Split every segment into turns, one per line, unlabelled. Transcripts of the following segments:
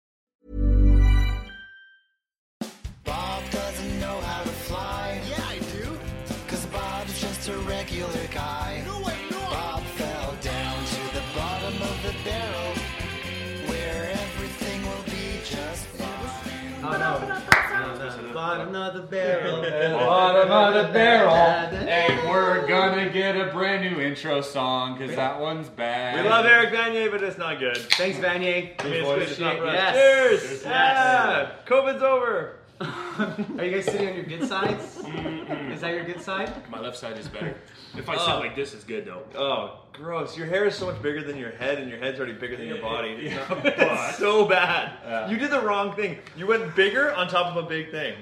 Bob doesn't know how to fly. Yeah, I do. Cause Bob's just a regular guy. No, I'm not. Bob fell down to the bottom of the barrel where everything will be just fine.
Bottom of the barrel.
Bottom of the barrel. And we're gonna get a brand new intro song because that one's bad.
We love Eric Vanier, but it's not good. Thanks, Vanier.
Your voice is not right.
Cheers.
Cheers.
Yeah. COVID's over. Are you guys sitting on your good sides? is that your good side?
My left side is better. If
Oh.
I sit like this, it's good though.
Oh, gross. Your hair is so much bigger than your head, and your head's already bigger than your body. It's, not- it's so bad. You did the wrong thing. You went bigger on top of a big thing.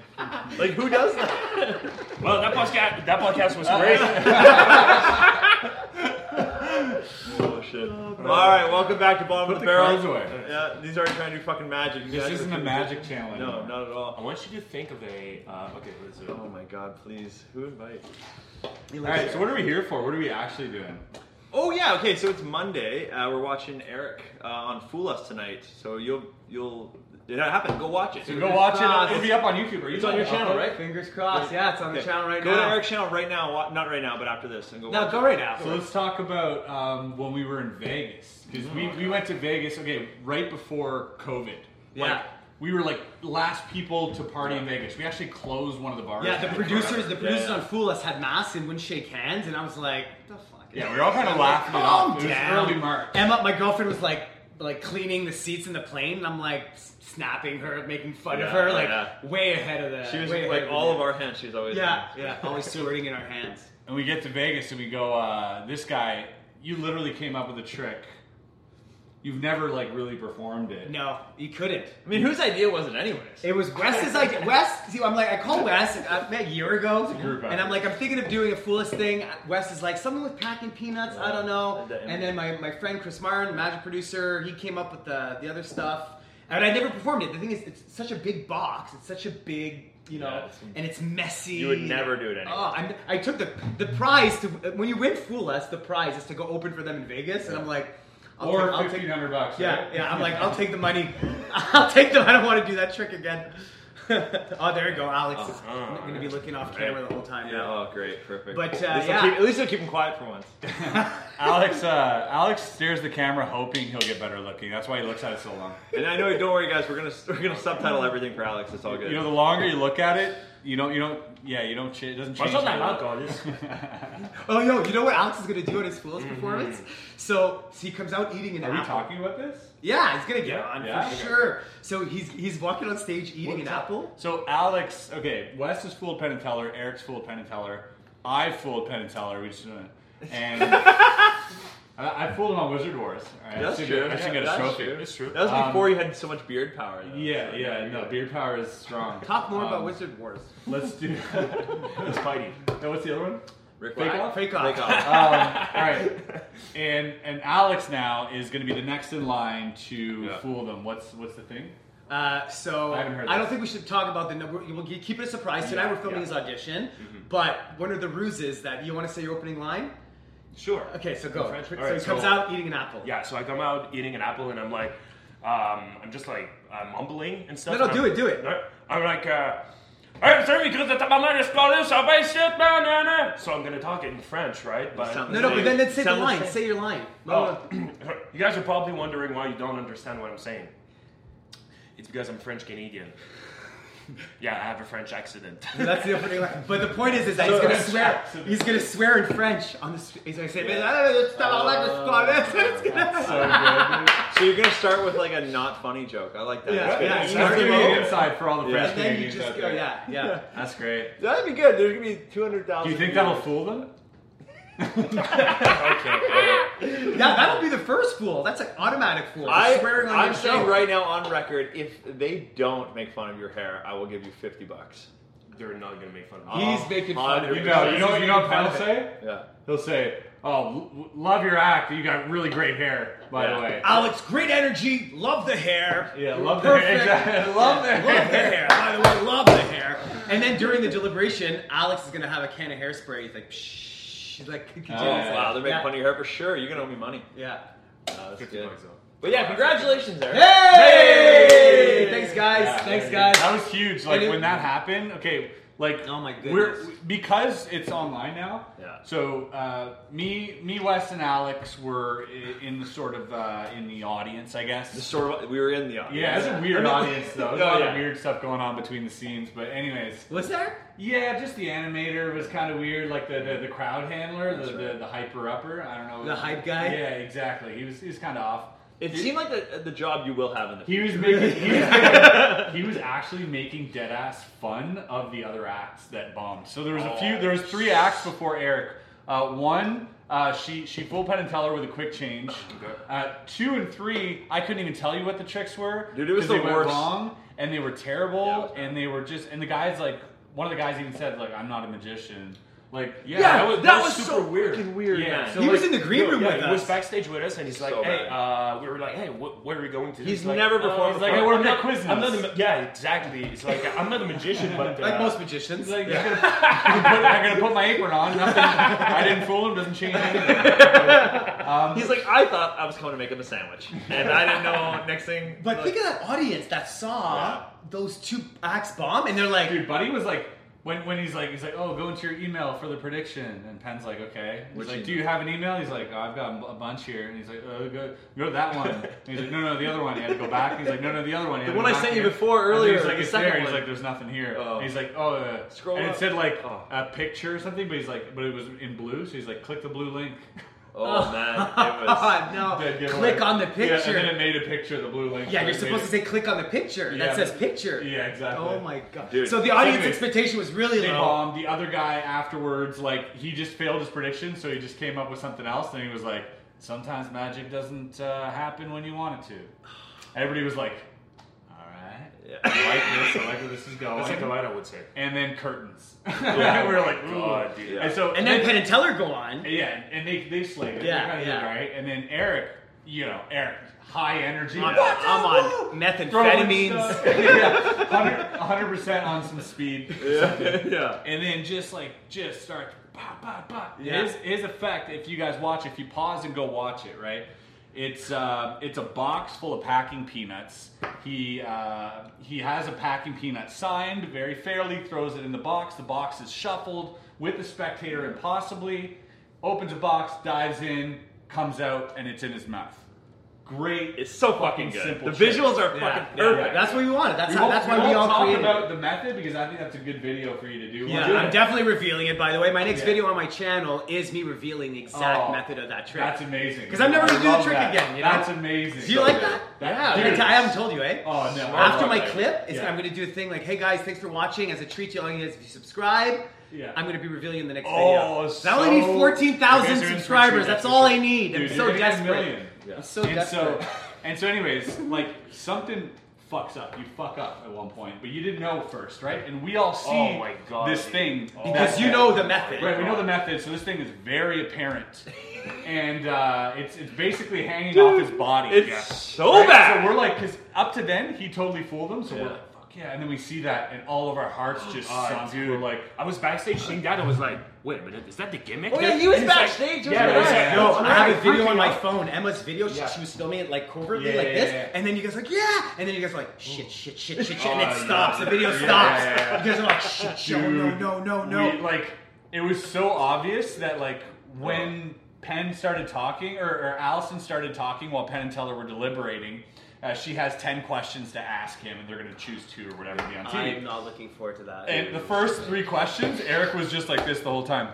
like, who does that?
Well, that podcast that podcast was great.
Oh, shit. All right, welcome back to Bottom of the
Put the
Barrel.
cards away.
Yeah, these aren't trying to do fucking magic. You
This
guys are
isn't a
too-
magic challenge.
No, not at all.
I want you to think of a uh, okay. What is it?
Oh my god, please. Who invite?
All right, so what are we here for? What are we actually doing?
Oh yeah, okay, so it's Monday. Uh, we're watching Eric uh, on Fool Us tonight. So you'll you'll it happened. Go watch it.
So go watch it. It'll be up on YouTube. Are you
It's on your
not up
channel,
there?
right?
Fingers crossed. Yeah, it's on the
Okay.
channel right
go
now.
to Eric's channel right now. Wa- Not right now, but after this, and go.
No,
watch
go
it.
right now.
So let's talk about um, when we were in Vegas because we, we went to Vegas. Okay, right before COVID.
Yeah.
Like, we were like last people to party in Vegas. We actually closed one of the bars.
Yeah, the producers, the producers
yeah.
on Fool Us had masks and wouldn't shake hands, and I was like, the fuck. is
Yeah, we
this?"
were all kind of laughing it
Calm
off. It was
down.
early March.
Emma, my girlfriend, was like, like cleaning the seats in the plane, and I'm like s- snapping her, making fun of
Yeah,
her, like
yeah.
way ahead of the.
She was
way ahead
like
the
all of
game.
our hands. She was always
Yeah, yeah, always stewarding in our hands.
And we get to Vegas and we go, uh, this guy, you literally came up with a trick. You've never like really performed it.
No, you couldn't.
I mean, whose idea was it, anyways?
It was Wes's idea. Wes, see, I'm like, I called Wes uh, a year ago,
group
and I'm
effort.
like, I'm thinking of doing a foolish thing. Wes is like, someone with packing peanuts, I don't know.
Yeah.
And then my, my friend Chris Martin, magic producer, he came up with the, the other stuff, and I never performed it. The thing is, it's such a big box, it's such a big, you know,
Yeah, it's-
and it's messy.
You would never do it anyway.
Oh, I'm, I took the the prize to when you win Fool Us, the prize is to go open for them in Vegas, and I'm like. I'll
Or
take- I'll take-
fifteen hundred bucks.
yeah,
right?
yeah. I'm like, I'll take the money. I'll take them. I don't want to do that trick again. oh, there you go. Alex is
Uh-huh.
going to be looking off camera the whole time.
Yeah. Oh, great, perfect.
But, uh,
At least they'll
yeah.
keep- at least they'll keep him quiet for once.
Alex. Uh, Alex stares the camera, hoping he'll get better looking. That's why he looks at it so long.
and I know. Don't worry, guys. We're gonna we're gonna subtitle everything for Alex. It's all good.
You know, the longer you look at it, you don't, you don't, yeah, you don't. Ch- it doesn't
Why is all
change.
that
the look.
alcohol? This
Oh, yo, you know what Alex is going to do in his fool's performance? So, so he comes out eating an
Mm-hmm. Are
apple.
we talking about this?
Yeah, he's going to get on
yeah,
for
okay.
sure. So he's he's walking on stage eating
What's
an
up?
apple.
So Alex, okay, Wes is fooled Penn and Teller, Eric's fooled Penn and Teller, I fooled Penn and Teller. We just doing it, and I, I fooled him on Wizard Wars. all right? I
That's
should
true.
Get, I should
Yeah,
get a
that's
trophy.
true.
It's true. Um,
That was before you had so much beard power. Though.
Yeah, yeah, no, beard power is strong.
Talk more
Um,
about Wizard Wars.
Let's do.
Spidey.
no, what's the other one?
Rick
Fake
Rock?
off?
Fake off.
Fake off.
Um, all right, and and Alex now is going to be the next in line to
Yeah.
fool them. What's what's the thing?
Uh, so
I haven't heard
I don't
this.
think we should talk about the number. We'll keep keep it a surprise. Tonight
Yeah,
we're filming
yeah. Mm-hmm.
his audition, but one of the ruses that you want to say your opening line.
Sure.
Uh,
Okay, so go.
French.
So
All right,
he comes
so-
out eating an apple.
Yeah, so I come out eating an apple and I'm like, um, I'm just like uh, mumbling and stuff.
No, no,
and
do
I'm-
it, do it.
No, I'm like, uh, I'm sorry because the top of my skull is up, I sit down, down, down." So I'm gonna talk it in French, right? But
No, no, but then let's say the
Someone
line.
say-
Say your line.
Oh, you guys are probably wondering why you don't understand what I'm saying. It's because I'm French Canadian. yeah, I have a French accident.
That's the opening line. But the point is, is that he's gonna swear. He's gonna swear in French on the. St- he's gonna say. ah, It's gonna.
Oh.
So good.
So you're gonna start with like a not funny joke. I like that.
Yeah,
That's good.
yeah,
That's
yeah.
gonna be an inside for all the
Yeah.
French
And then you
Canadians
just
out
go.
there.
Yeah, yeah.
That's great.
That'd be good. There's gonna be two hundred
Do
thousand.
you think that'll fool them?
Yeah, that'll be the first fool. That's an automatic fool.
I,
swearing on
I'm
your
saying
show.
right now on record, if they don't make fun of your hair, I will give you fifty bucks.
They're not gonna make fun of me.
He's making fun of
You know, you know, you know what
Fun
Pat
of
will
it.
say?
Yeah.
He'll say, "Oh, w- w- love your act. You got really great hair, by the
Yeah.
way."
Alex, great energy. Love the hair.
Yeah, love the
Perfect.
hair. Exactly. Love the
Love the
hair.
hair. By the way, love the hair. And then during the deliberation, Alex is gonna have a can of hairspray. He's like, Psh, he's like,
Oh, wow, they're making
yeah.
fun of your hair for sure. You're gonna owe me money.
Yeah.
Uh, that's
50
good.
bucks, though.
But yeah, congratulations, Eric.
Hey! Thanks, guys. Thanks, guys.
That was huge. Like
And it-
when that happened. Okay, like
Oh my
We're,
goodness.
because it's online now.
Yeah.
So uh, me, me, Wes, and Alex were i- in the sort of uh, in the audience, I guess.
Just sort of, we were in the audience.
yeah, it's a weird audience though. There's a
Oh,
lot of
yeah.
weird stuff going on between the scenes. But anyways,
Was there?
Yeah, just the animator was kind of weird, like the, the, the crowd handler, the, the, the hyper upper. I don't know.
The hype guy?
Yeah, exactly. He was he was kind of off.
It seemed like the, the job you will have in the
He
future.
was making he was, making- he was actually making dead ass fun of the other acts that bombed. So there was a few.
Oh,
There was three acts before Eric. Uh, one, uh, she she full pen and teller with a quick change. Uh, two and three, I couldn't even tell you what the tricks were.
Dude, it was the
'cause they went
worst.
wrong, and they were terrible,
Yeah, it was bad.
and they were just. And the guys like one of the guys even said like I'm not a magician. Like yeah,
Yeah,
that was,
that was
super
so
weird.
fucking weird, man.
so,
He was
like,
in the green room
yeah,
with
he was
us.
backstage with us, and he's like,
So
"Hey,
bad.
uh, we were like, hey, what, what are we going to?" do?"
He's
like,
never
"Uh,
performed
he's like,
before.
"We're
I'm
not-
not quiz
I'm not
nuts."
a ma- yeah, exactly. It's like I'm not a magician, but uh,
Like most magicians.
Like, he's gonna, I'm, gonna put, I'm gonna put my apron on. Nothing, I didn't fool him. Doesn't change anything.
He's like, I thought I was coming to make him a sandwich, and I didn't know. Next thing,
But
like,
think of that audience that saw
Yeah.
those two acts bomb, and they're like,
Dude, Buddy was like, when, when he's like, he's like, oh, go into your email for the prediction. And Penn's like, okay. He's
Which
like,
email?
do you have an email? He's like, oh, I've got a bunch here. And he's like, oh, go, go to that one. And he's like, no, no, the other one. You had to go back. And he's like, no, no, the other one. You had
The
to
one
go
I
back
sent you
here."
before
And then
earlier,
He's like,
the
it's
second
there. He's
one.
like, there's nothing here.
Oh.
And he's like, oh, uh,
Scroll
And
up.
it said like
Oh.
a picture or something, but he's like, but it was in blue. So he's like, click the blue link.
oh man, it was.
"God, no,
Dead giveaway.
click on the
Yeah, and
picture."
then it
Yeah,
made a picture of the blue link. so
you're
it
supposed
made
to say click on the picture
Yeah,
that says
but-
picture.
Yeah, exactly.
Oh my god.
Dude.
So the
So
audience
anyways,
expectation was really
They
low.
bombed. The other guy afterwards, like he just failed his prediction, so he just came up with something else, and he was like, "Sometimes magic doesn't uh, happen when you want it to." Everybody was like, "All right,
Yeah.
I like this. I like where this is going."
That's like the line I would say.
and then curtains.
Yeah.
we were like, "Ooh."
God, dude.
And so,
And then Penn and Teller go on.
yeah, and they they slayed it.
Yeah,
They kinda did
yeah.
right. And then Eric, you know, Eric, high energy.
I'm,
What?
I'm on methamphetamines.
methamphetamines. Hundred percent on some speed.
yeah.
and then just like just start pop pop pop.
Yeah.
His his effect, if you guys watch, if you pause and go watch it, right? It's uh, it's a box full of packing peanuts. He uh, he has a packing peanut signed very fairly. Throws it in the box. The box is shuffled with the spectator impossibly. Opens a box, dives in, comes out, and it's in his mouth. Great.
It's so fucking
Fucking
good.
simple
The
shit.
visuals are
Yeah,
fucking
yeah,
perfect.
yeah. That's what we wanted. That's
We
how.
won't-
That's why we
won't
all
talk
created. it.
about the method because I think that's a good video for you to do. We'll
Yeah,
do
I'm
it.
definitely revealing it. By the way, my next
Yeah.
video on my channel is me revealing the exact
Oh,
method of that trick.
That's amazing.
'Cause I'm never gonna
I
do the
love
trick
that.
again, you know?
That's amazing.
Do you like that?
That-
yeah.
dude.
I haven't told you, eh?
Oh no. I
After
love
my
that.
clip, is
Yeah.
I'm gonna do a thing like, "Hey guys, thanks for watching. As a treat to all you guys, if you subscribe,
Yeah.
I'm gonna be revealing in the next
Oh,
video." I only need
so-
fourteen thousand
You guys are in for a
subscribers.
treat,
That's
that's
all
for
I need.
Dude,
I'm
you're
so
gonna get a
desperate.
million.
I'm so
and
desperate.
so and so anyways like something fucks up. You fuck up at one point, but you didn't know first, right? And we all see
Oh my God. Oh
this thing
Because you know the method.
Right, we know the method, so this thing is very apparent, and uh, it's it's basically hanging off his body.
it's
Yeah.
so
Right,
bad.
So we're like, because up to then he totally fooled them, so we're
Yeah. Oh
like, fuck yeah, and then we see that, and all of our hearts just sunk.
dude.
We're like,
I was backstage seeing that. I was like, wait a minute, is that the gimmick?
Oh yeah,
And
you was
it's like-
backstage.
yeah,
yeah,
it was like,
yeah.
No,
it's
I have a
freaking
video on my
out.
phone. Emma's video. She,
Yeah.
she was filming it like covertly,
Yeah,
like
yeah,
this,
yeah.
and then you guys are like yeah, and then you guys are like shit, shit, shit, shit, shit, and
Oh,
it
yeah.
stops. The video
Yeah,
stops.
yeah, yeah.
You guys are like shit, shit, oh, no,
Dude,
no, no, no.
we- like it was so obvious that like when Penn started talking or, or Allison started talking while Penn and Teller were deliberating, uh, she has ten questions to ask him, and they're gonna choose two or whatever to be on TV.
I'm not looking forward to that.
And the first three questions, Eric was just like this the whole time.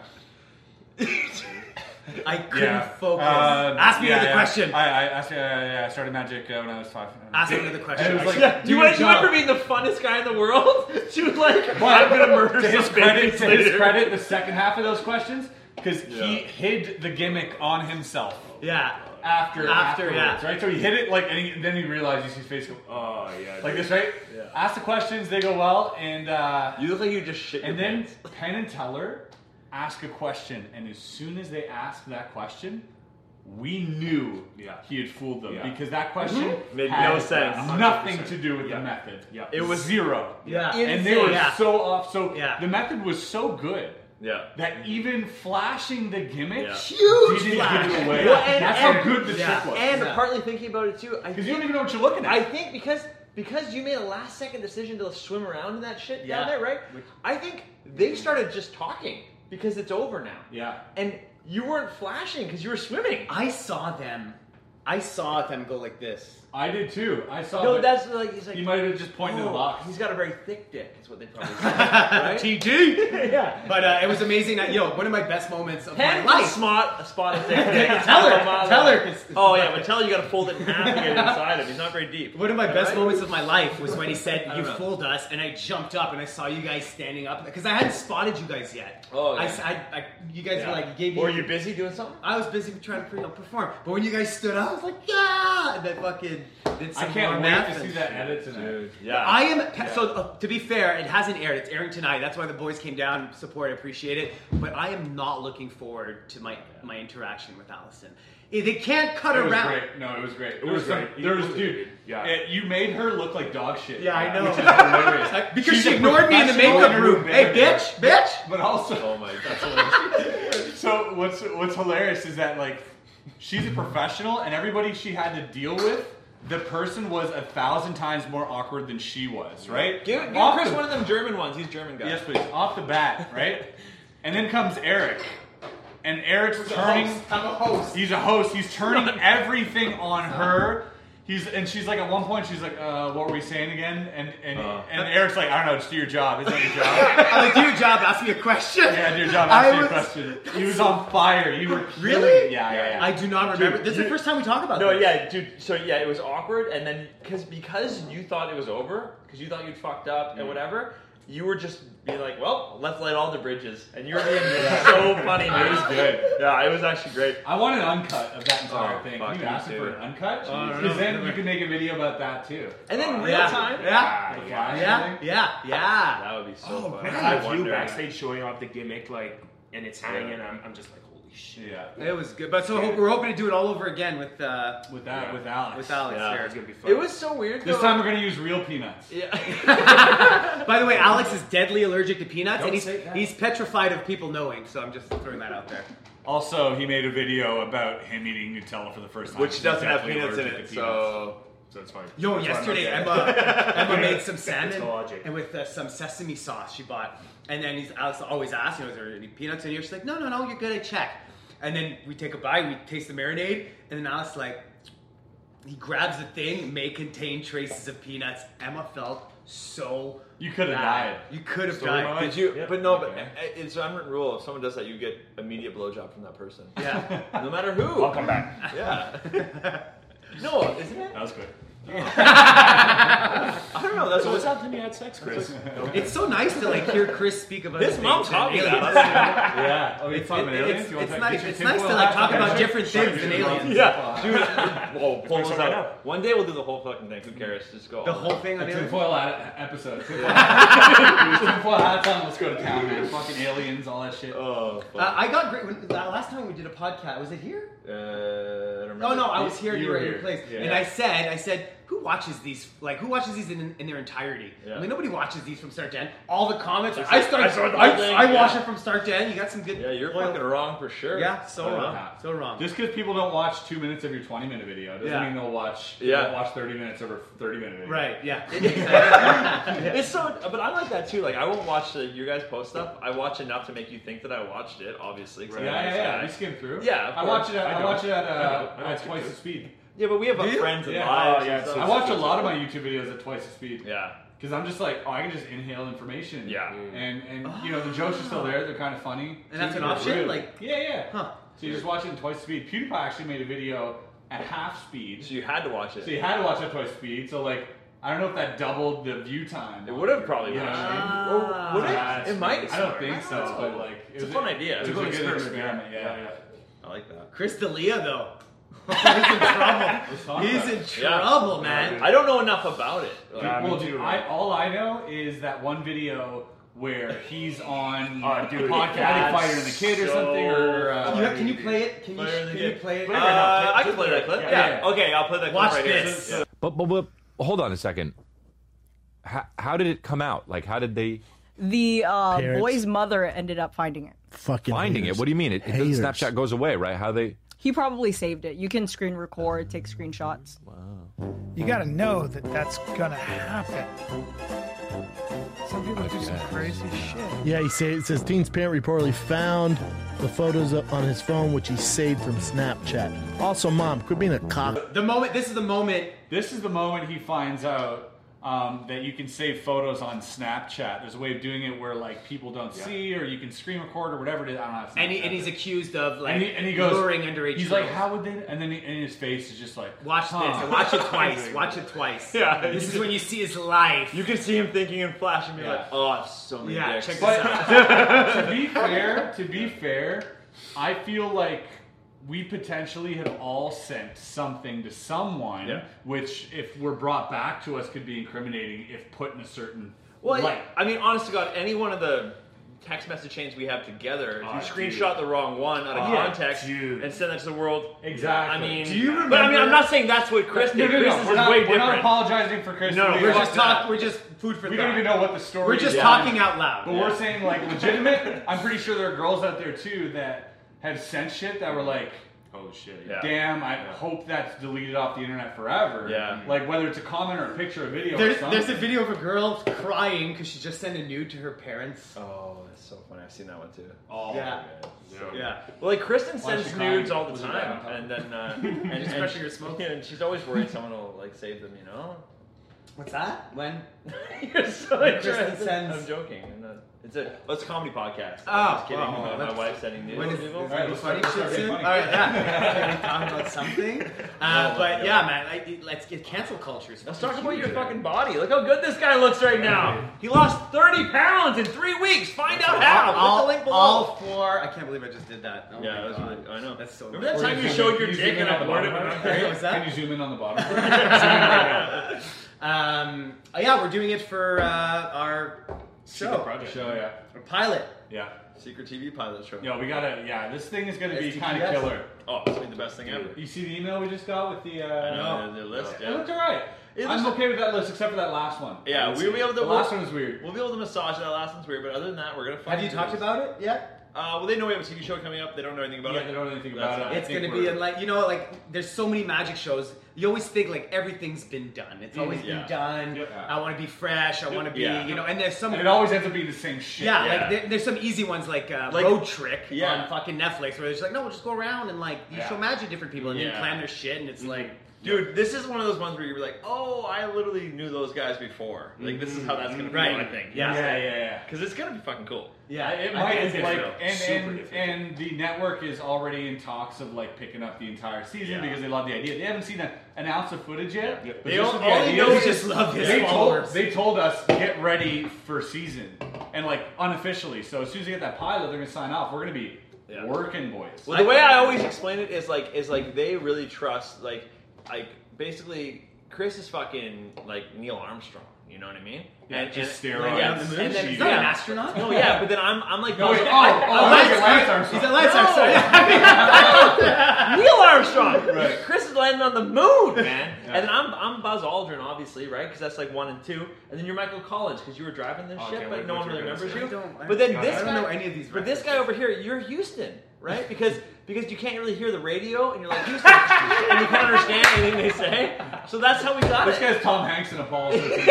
I couldn't focus.
Um,
Ask me
yeah,
another
yeah.
question.
I, I asked. Uh, yeah, I started magic uh, when I was five.
Ask me another question.
And it was like,
Yeah,
do you,
your
want- do you
job.
remember being the funnest guy in the world? She was like,
But
I'm gonna murder
to his
some
credit,
babies
to his
later.
credit, the second half of those questions, because he
Yeah.
hid the gimmick on himself
Yeah.
after
After, yeah.
afterwards, right? So he hid it like, and, he, then he realized you see his face go oh,
Oh yeah.
like
dude.
this, right? Ask the questions, they go well, and uh,
You look like you just shit
and
your
then
pants.
Penn and Teller ask a question, and as soon as they asked that question. We knew
Yeah.
he had fooled them
Yeah.
because that question
Mm-hmm.
Made
had
no sense.
Nothing to do with
Yeah.
the method.
Yeah.
It was zero.
Yeah.
And they were
Yeah.
so off. So
Yeah.
the method was so good
Yeah.
that even flashing the gimmick
Yeah.
Huge
didn't
flash.
give it away.
Well, and-
That's
and-
how good the
yeah.
trick was.
And partly thinking about it too, I
because you don't
think-
even know what you're looking at.
I think because because you made a last second decision to swim around in that shit
Yeah.
down there, right?
Which-
I think they started just talking because it's over now.
Yeah.
And you weren't flashing because you were swimming.
I saw them. I saw them go like this.
I did too. I saw.
No,
that-
that's like he's like
He might have just pointed to the
"Oh,
box.
He's got a very thick dick, is what they probably said. right?
TG.
yeah.
But uh, it was amazing. I, yo, one of my best moments of
Pen
my
was
life.
smart, a spot of thick dick.
tell her. Tell her. It's- it's-
Oh yeah, but tell her you gotta fold it in half to get it inside him. He's not very deep.
One of my best moments of my life was when he said, "You fooled us," and I jumped up and I saw you guys standing up because I hadn't spotted you guys yet.
Oh,
I
yeah.
s- I- I- you guys
Yeah.
were like, gave me.
Or you're busy doing something?
I was busy trying to you know, perform, but when you guys stood up, I was like, "Yeah!" And then fucking did
I
some more
can't wait
math
to
and
see that
shit.
edit tonight.
Yeah.
I am so. Uh, to be fair, it hasn't aired. It's airing tonight. That's why the boys came down. Support, I appreciate it. But I am not looking forward to my my interaction with Allison. Eh, They can't cut
It was
around.
great. No, it was great. It
was
some-
great.
There was,
Equally
dude.
good. Yeah.
it- you made her look like dog shit.
Yeah, I know.
Which is hilarious.
Like, because
She's
she
a
ignored me in the
professional
makeup
and
room.
you're
Hey,
better.
bitch, bitch.
But also,
Oh my, that's hilarious.
So what's what's hilarious is that like she's a professional and everybody she had to deal with, the person was a thousand times more awkward than she was, right?
Give, give
Off
Chris
the-
one of them German ones. He's German guy.
Yes, please. Off the bat, right? and then comes Eric. And Eric's turning
I'm a host.
he's a host, he's turning everything on her. He's and she's like at one point she's like, uh, what were we saying again? And and, and Eric's like, I don't know, just do your job, it's not your job.
I'm like, do your job. Ask me a question.
Yeah, do your job.
I
Answer your
was-
question. He was on fire. You were killing
Really?
it. Yeah, yeah, yeah.
I do not remember.
Dude,
this is the
you-
first time we talk about
No,
this.
yeah, dude. So yeah, it was awkward, and then because because you thought it was over, because you thought you'd fucked up and whatever, you were just being like, well, let's light all the bridges, and you were being so funny. It was
good.
Yeah, it was actually great.
I want an uncut of that entire
Oh,
thing.
fuck
Can you
me
ask
too.
for an uncut?
I
Because
don't know.
then you can make a video about that too.
And then real
Yeah.
time.
Yeah.
Ah,
yeah.
The flash
Yeah.
thing.
Yeah. Yeah.
That would be so
Oh,
fun.
right.
I have you
wonder.
backstage showing off the gimmick, like, and it's hanging. and I'm, I'm just like, holy shit.
Yeah.
It was good. But so we're hoping to do it all over again with uh,
With that, with Alex.
with Alex
Yeah.
here.
It's gonna be fun.
It was so weird.
This
though.
time we're gonna use real peanuts.
By the way, Alex is deadly allergic to peanuts,
Don't
and he's
say that.
he's petrified of people knowing. So I'm just throwing that out there.
Also, he made a video about him eating Nutella for the first time.
Which doesn't
He's
have peanuts
definitely
in
allergic
it,
to
so.
so it's fine.
Yo,
That's why I'm
yesterday
upset.
Emma Emma made some
It's
salmon
the logic.
and with uh, some sesame sauce she bought, and then he's Alex always asks, you know, is there any peanuts in here? She's like, no, no, no, you're good. I check, and then we take a bite, we taste the marinade, and then Alex like he grabs the thing, may contain traces of peanuts. Emma felt so
You could have
bad.
died.
You could have
Story
died.
mode?
Did you?
Yeah.
But no, but
Okay.
uh, it's an unwritten rule. If someone does that, you get immediate blowjob from that person,
Yeah.
no matter who.
I'll come back.
Yeah.
No, isn't it?
That was good.
I don't know. That's
So what's
what's up.
up to me had sex, Chris?
It's so nice to like hear Chris speak about
This
the
mom
things
taught me
and
that.
aliens.
That's-
Yeah. Oh, you
It's,
talking about
it-
aliens?
it's,
You wanna
it's
talk-
nice,
get your
it's nice to
tinfoil
like
hat
talk
back
about
out?
different
Sure,
things
sure,
than
sure.
aliens.
Yeah.
Uh, dude, whoa, pull
Let's
those
do it right now.
out. One day we'll do the whole fucking thing. Who cares? Just go.
The whole thing on
A
the
tinfoil hat episode. Tinfoil hats on. Let's go to town, man. Fucking aliens, all that shit.
Oh, fuck.
uh, I got great. When, the last time we did a podcast, was it here?
Uh, I don't remember.
Oh no, I was here. You,
you
were
were
at your
here.
place,
Yeah.
and I said, I said, who watches these? Like, who watches these in, in their entirety?
Yeah.
I mean, nobody watches these from start to end. All the comments.
It's
I
like,
start.
I saw the
I,
whole thing,
I watch
yeah.
it from start to end. You got some good.
Yeah, you're
loyal-
fucking wrong for sure.
Yeah, so
Uh-huh.
wrong. So wrong.
Just because people don't watch two minutes of your twenty-minute video doesn't
Yeah.
mean they'll watch.
Yeah.
they'll watch thirty minutes over thirty-minute video.
right. Yeah.
It's so, but I like that too. Like, I won't watch the you guys post stuff. I watch enough to make you think that I watched it, obviously. 'cause I'm
Yeah,
a
yeah,
nice
yeah.
guy.
You skim through.
Yeah, of
I watch
course.
it. At,
I
I,
know.
watch it at, uh,
I know. I
at twice the speed.
Yeah, but we have uh,
you?
friends and
Yeah.
lives.
Oh, yeah,
and
so
stuff.
I watch a lot of my YouTube videos at twice the speed.
Yeah.
Because I'm just like, oh, I can just inhale information.
Yeah. Mm.
And and you know the jokes are still there. They're kind of funny.
And that's
So you
an
can
option?
improve.
Like-
yeah, yeah.
Huh.
So you just watch it in twice speed. PewDiePie actually made a video at half speed,
So you had to watch it.
so you had to watch it twice speed. So like, I don't know if that doubled the view time.
it would have probably
You know what I mean?
watched it. Or would
Yeah,
it?
it's-
It might.
I don't think so,
know.
but like,
It's a
was
fun idea.
It
It's
was a
a
good
good
experiment. Yeah, yeah.
I like that.
Chris D'Elia though. He's in trouble.
talk
He's
about
in
Yeah.
trouble, man.
I don't know enough about it. Like,
Yeah, me
well, dude,
too, man.
I, all I know is that one video where he's on
Oh,
the
dude,
podcast,
that's
Fighter and the Kid or
so
something, or
You
uh,
have- can you play it? Can you,
Fire the
can you
kid.
play it?
Play it
Uh,
right now. I can play that clip.
Yeah.
Yeah. Okay, I'll play that clip
Watch
right
this.
here. Yeah.
But, but, but hold on a second. How, how did it come out? Like, how did they
The uh,
Parents.
boy's mother ended up finding it.
Fucking
finding it? What do you mean? It, it doesn't- Snapchat goes away, right? How they?
He probably saved it. You can screen record, take screenshots.
You gotta know that that's gonna happen. Some people do some crazy shit. Yeah, he says, it says teen's parent reportedly found the photos up on his phone, which he saved from Snapchat. Also, mom, quit being a cock.
The moment. This is the moment.
this is the moment he finds out um, that you can save photos on Snapchat. There's a way of doing it where like people don't see, or you can screen record or whatever it is. I don't know. how
And, he,
Snapchat
and he's
is.
accused of like
and he, and he goes
luring underage.
He's like,
girls.
how would they? And then he, and his face is just like,
Watch
huh.
this. Watch it twice. Watch it twice.
Yeah.
This is when you see his life.
You can see him thinking and flashing me
Yeah.
like, oh, I have so many
Yeah,
dicks.
check this
But to be fair, to be fair, I feel like we potentially had all sent something to someone,
Yeah.
which, if we're brought back to us, could be incriminating if put in a certain
Well,
light.
I mean, honest to God, any one of the text message chains we have together, if you
Ah,
screenshot the wrong one out of
Ah,
context
dude.
and send that to the world,
Exactly.
I mean,
Do you
But I mean,
remember-
I'm not saying that's what Chris
no,
did.
no,
Chris
no,
is
we're, not,
way
we're not
different.
apologizing for Chris.
No, no,
We
We're
Fuck
just
fucked up.
talk. We're just food for
We
thought.
don't even know what the story.
We're just
is.
talking out loud.
But we're saying like legitimate. I'm pretty sure there are girls out there too that have sent shit that were like,
Oh shit.
Yeah.
"Damn, I hope that's deleted off the internet forever."
Yeah.
Like whether it's a comment or a picture, a video, or
There's,
something.
there's a video of a girl crying because she just sent a nude to her parents.
Oh, that's so funny. I've seen that one too.
Oh,
yeah.
Yeah. Well, like Kristen
Why is
sends
she crying?
nudes all the
Was it
time,
bad?
and then uh, and, and,
crushing her smoke.
yeah, and she's always worried someone will like save them. You know.
What's that? When?
You're so
Kristen
interested.
sends-
I'm joking. I'm not, it's a well, it's a comedy podcast.
Oh,
I'm just kidding
wow.
about
That's-
my wife sending nudes
When
to
is,
people.
is
Alright,
it
let's
funny
start-
shit
let's start
soon?
getting
All
funny.
right, yeah. Can we talk about something? Uh, but yeah, man, I, it- let's get cancel culture. is
Let's
fucking
talk about
huge,
your
man.
fucking body. Look how good this guy looks right now. He lost 30 pounds in three weeks. Find out how. Click
All,
the link below.
all four. I can't believe I just did that. Oh
yeah,
my
that was
God.
really- I know.
That's so.
Remember that
nice.
time you showed your
Can you
dick and
zoom in
I
on the
blurted
bottom?
it?
What's that?
Can you zoom in on the bottom?
Um, oh, yeah, we're doing it for uh, our show,
Project show, yeah,
our pilot.
yeah.
Secret TV pilot show.
Yo, we gotta. Yeah, this thing is gonna be
STTS.
kind of killer.
Oh, it's been the best thing ever.
You see the email we just got with the. Uh,
No, the, the list.
It
Yeah,
looked alright.
It
I'm
looks-
okay with that list except for that last one.
yeah we'll be able to.
The
we'll-
last one was weird.
We'll be able to massage that last one's weird, but other than that, we're gonna.
Have
fucking
you
do
talked
this.
about it yet?
Uh, well, they know we have a TV show coming up. They don't know anything about
Yeah,
it.
they don't know anything about
That's
it. I
It's
think
gonna be
we're-
in like you know like there's so many magic shows. You always think like everything's been done. It's always
Mm, Yeah.
been done.
Yep.
I want to be fresh. I want to be
Yeah.
you know. And there's some
And it always ends up being the same shit.
yeah,
Yeah.
like there, there's some easy ones like, uh,
Like-
Road Trick
Yeah.
on fucking Netflix where it's like no, we'll just go around and like you
Yeah. Mm-hmm.
show magic to different people and you
Yeah.
plan their shit and it's like
Dude, this is one of those ones where you're like, oh, I literally knew those guys before. Like, this is how that's gonna be.
Right.
I think.
Yeah.
Yeah, yeah, yeah.
Because it's gonna be fucking cool.
yeah,
It
I
might
think it's
end like,
gonna be
and,
super
and,
different.
and the network is already in talks of like picking up the entire season
Yeah.
because they love the idea. They haven't seen a, an ounce of footage yet.
Yeah.
but
They
just
all-
with
all they know
is
is just love his
they told,
followers.
they told us get ready for season and like unofficially. So as soon as they get that pilot, they're gonna sign off. We're gonna be Working boys.
Well, the way I always explain it is like is like they really trust like like basically Chris is fucking like Neil Armstrong. You know what I mean?
Yeah, just steroids.
like, yeah,
Down the moon?
and then-
He's not an
yeah.
astronaut?
Oh,
No, yeah, but then I'm I'm like
No, wait,
I'm-
oh,
I'm-
oh,
I'm
he's at Lance Armstrong.
He's at Lance
No.
Oh.
Armstrong. yeah. Neil Armstrong.
Right.
Chris is landing on the moon, man. And then I'm I'm Buzz Aldrin, obviously, right? Because that's like one and two. And then you're Michael Collins because you were driving this
Oh, I
shit,
can't
but
wait
no
what
one
you're
really
gonna
remembers
say.
you.
I don't- I
but then
don't
this guy,
know any of these
But this guy over here, you're Houston, right? Because because you can't really hear the radio, and you're like Houston, and you can't understand anything they say. So that's how we got
This
it.
guy's Tom Hanks in a ball.
yeah,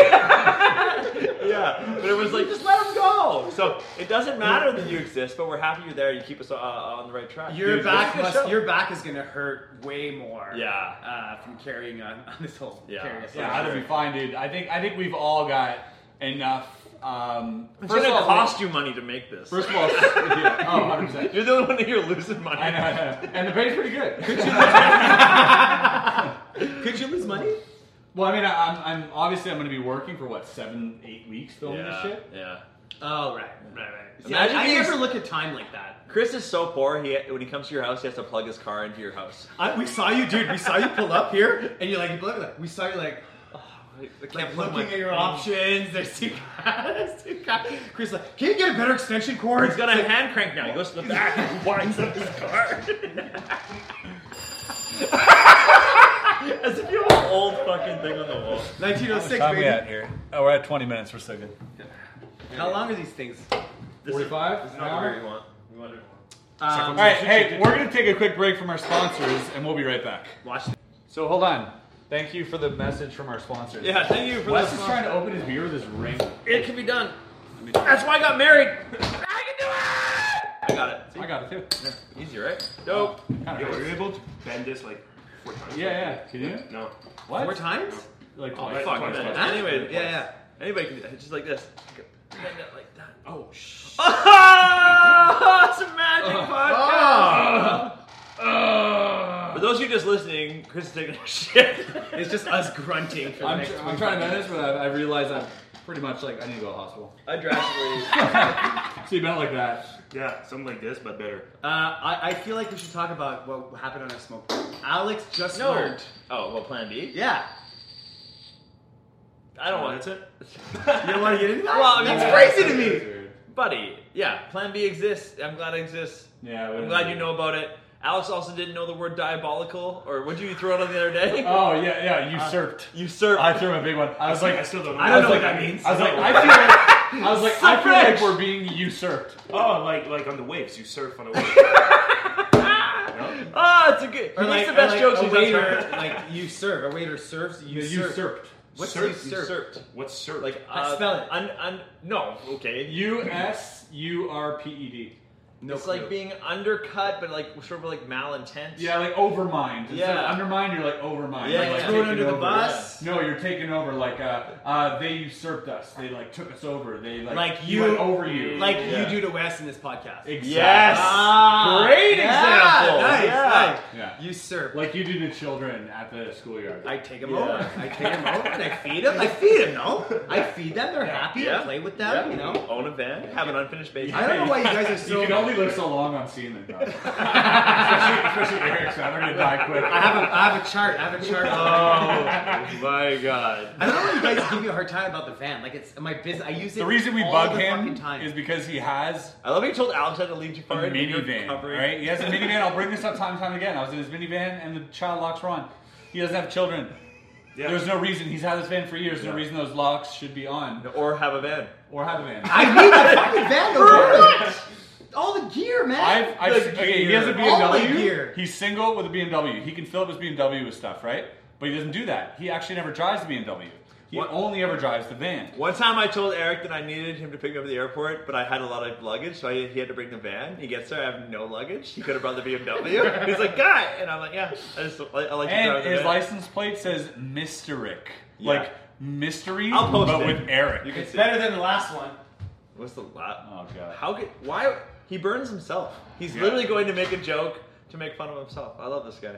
but it was like just let him go. So it doesn't matter that you exist, but we're happy you're there. You keep us uh, on the right track.
Your
Dude,
back
this is a
must,
show.
your back is gonna hurt way more.
Yeah.
Uh, from carrying on, on this whole carrying us
yeah.
on.
How do we find it? I think I think we've all got enough. Um,
It's
first
gonna
of all,
cost you money to make this.
First of all, yeah, oh, 100%.
You're the only one here losing money.
I know, I know. and the pay's pretty good.
Could you lose money?
Well, I mean, I, I'm, I'm obviously I'm going to be working for what seven, eight weeks filming
Yeah,
this shit.
Yeah.
Oh right, right, right. See,
Imagine
I, I
being-
never look at time like that.
Chris is so poor. He when he comes to your house, he has to plug his car into your house.
I, we saw you, dude. We saw you pull up here, and you're like, you pull up, like, we saw you like, like
plug
looking
my
at your
phone.
options. There's two guys. Two guys. Chris like, can you get a better extension cord?
He's got a hand crank now. He goes to the back and winds up his car. As if you have an old fucking thing on the wall.
1906,
How long are we
baby.
at here? Oh, we're at 20 minutes. We're so good.
How long are these things?
This is-
45?
This is
An
not
hour?
where you want. You want it. Um,
All right, hey, we're going to take a quick break from our sponsors, and we'll be right back.
Watch.
So hold on. Thank you for the message from our sponsors.
Yeah, thank you for
Wes
the
is trying to open his beer with his ring.
It can be done. That's why I got married. I can do it. I got it. See?
I got it too.
Easy, right? Dope.
Kind
Yo,
of
were you
hurts.
able to bend this like four times?
Yeah, yeah. Can you?
No.
What?
Four times?
Like
Oh,
twice.
fuck,
twice,
man.
twice.
Huh?
Anyway,
Yeah, yeah.
Anybody can do it. Just like this. Bend it like that.
Oh shit.
Oh, it's a magic podcast. For those of you just listening, Chris is taking a shit.
It's just us grunting for the
I'm,
next. Uh,
tr- I'm trying to manage, but I, I realize I'm pretty much like I need to go to the hospital.
I drastically.
So you bent like that.
Yeah, something like this, but better.
Uh, I, I feel like we should talk about what happened on our smoke break. Alex just
No.
learned.
Oh, well, Plan B.
Yeah.
I don't want
That's it.
You don't want to get into that?
Well, I mean,
That's
yeah.
crazy to me.
buddy. Yeah, Plan B exists. I'm glad it exists.
Yeah, we
I'm
don't
glad
need
you
it.
know about it. Alex also didn't know the word diabolical, or what did you throw it on the other day?
Oh yeah, yeah. Usurped.
Usurp.
I threw him a big one. I was like,
I still don't know.
I don't know
was
what
like,
that means.
I was like,
I feel like, I was like, I feel like
Suffrage.
we're being usurped.
oh, like like on the waves, you surf on the waves.
Ah, it's a good. He
Or
makes
like,
the
or
best
like
jokes.
A
he's on
waiter,
Twitter.
like you serve. A waiter serves. You serve.
Usurped.
What's
Serve?
usurp?
Usurped.
What's surf?
Like
I
uh,
spell it.
Un, un, no, okay.
U S U R P E D.
No
it's
clue.
like being undercut, but like sort of like malintent.
Yeah, like overmined. Instead
Yeah.
of undermined, you're like overmined.
Yeah,
Like,
yeah.
like,
Thrown
taken
under the
over.
bus.
No, you're taking over. Like uh, uh, they usurped us. They like took us over. They like
Like
we
you-
went over you.
like
Yeah.
you do to Wes in this podcast.
exactly.
Yes.
Ah,
Great
yeah,
example.
Nice,
Yeah.
nice.
Yeah.
You serve.
Like you do to children at the schoolyard.
I take them
Yeah.
over. I take them over and I feed them. I feed them. No, I feed them. They're happy. I play with them.
Yeah.
You know.
own a van, have an unfinished basement.
I don't know why you guys are
you
so.
can only live so long on semen, though. especially, especially Eric, so they're gonna die quick.
I have a, I have a chart. I have a chart.
Oh my god.
I don't know why you guys give me a hard time about the van. Like it's my business. I use it.
the reason we
all
bug
the
him
fucking time.
is because he has
I love how you told Alex I had to leave too
a
far. and you're
minivan,
covering-
right? He has a minivan. I'll bring this up time and time again. I was in his minivan, and the child locks were on. He doesn't have children.
Yeah.
There's no reason. He's had this van for years. No reason those locks should be on
Or have a van.
or have a van.
I need the fucking van. For what? All the gear, man.
I've, I've
The
okay, he
gear.
has a
All the
BMW.
gear.
He's single with a BMW. He can fill up his BMW with stuff, right? But he doesn't do that. He actually never drives the BMW. He
What-
only ever drives the van.
One time I told Eric that I needed him to pick me up at the airport, but I had a lot of luggage, so I, he had to bring the van. He gets there, I have no luggage. He could have brought the BMW. He's like, guy! And I'm like, yeah, I just I, I like to drive
And
the
his
van.
license plate says Mysteric.
Yeah.
Like mystery,
I'll post
but
it.
with Eric.
You can see.
better than the last one.
What's the lot?
Oh, God.
How could, why? He burns himself. He's literally going to make a joke to make fun of himself. I love this guy.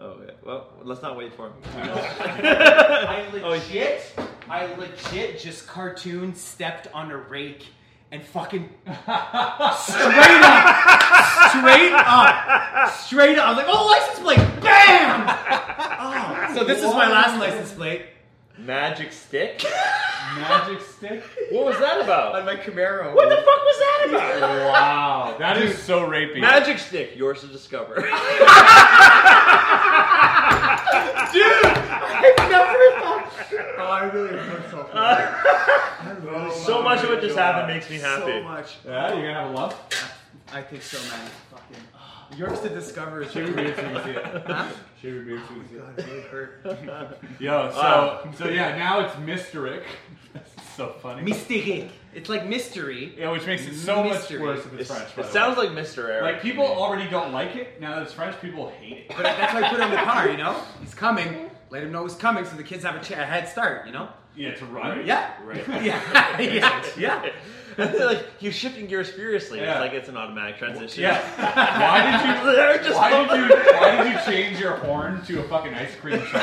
Oh, yeah. Well, let's not wait for him.
I
Oh,
Oh, legit, I legit just cartoon stepped on a rake and fucking straight up, straight up, straight up. I was like, oh, license plate, bam! Oh, so this is my last license plate.
Magic stick?
Magic stick?
What was that about?
On my Camaro.
What the fuck was that about?
Wow, that is so rapey.
Magic stick, yours to discover.
Oh, I really hurt myself.
so much of what just happened makes me happy.
So much.
Yeah, you're gonna have a love.
I think so, man. Fucking. Yours to discover is
Shave your beard so you can see it.
Huh? Oh
Shave your beard so you can see it.
God, it really hurt. Ah.
Yo, so so yeah, now it's Mysteric. That's so funny.
Mystique. It's like mystery.
yeah, which makes it so
Mystery.
much worse if it's,
It's-
French. by
it
the
sounds
way.
like Mr. Eric.
like people already don't like it. Now that it's French, people hate it.
But that's why I put it in the car, you know? He's coming. Let him know he's coming so the kids have a, cha- a head start, you know?
Yeah, to run.
Yeah.
Right.
Yeah. yeah. Yeah.
like you're shifting gears furiously.
Yeah.
It's like it's an automatic transition.
Yeah. Why did you?
They're just
Why did you? Why did you change your horn to a fucking ice cream truck?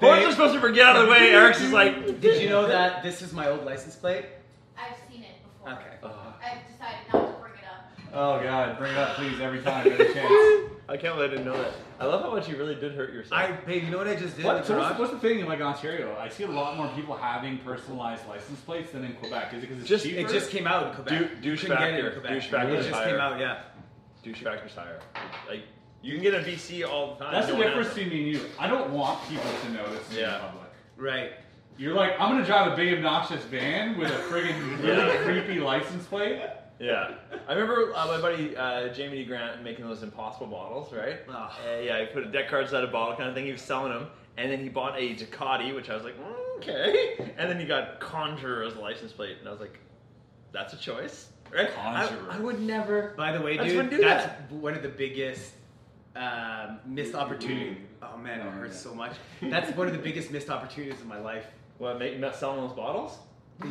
Horns are supposed to forget out of the way. Eric's is like,
Did you know that this is my old license plate?
I've seen it before.
Okay.
I've decided not to bring it up.
Oh god, bring it up, please, every time, every chance.
I can't believe I didn't know that. I love how much you really did hurt yourself.
I, babe, you know what I just did? in
What,
the
so
garage?
what's, what's the thing in like Ontario? I see a lot more people having personalized license plates than in Quebec. Is it because it's
Just-
cheaper?
It just came out in Quebec.
Du- douche
Couldn't get it in
factor.
Quebec.
Douche factor
It
is
just
higher.
came out, yeah.
douche factor's higher. Like you can get a VC all the time.
That's the
No one has
difference
them.
between me and you. I don't want people to know this
Yeah.
in public.
Right.
You're like, I'm gonna drive a big obnoxious van with a friggin' really creepy license plate.
Yeah, I remember uh, my buddy uh, Jamie D. Grant making those impossible bottles, right?
Ah.
Uh, yeah, he put a deck cards out of bottle kind of thing. He was selling them, and then he bought a Ducati, which I was like, "Mm, okay. And then he got Conjurer as a license plate, and I was like, that's a choice, right? I-
Conjurer.
I, would never.
By the way,
I just
dude,
wouldn't do
that's
that.
one of the biggest um, missed opportunities. Oh man, it hurts so much. That's one of the biggest missed opportunities in my life.
What make not selling those bottles?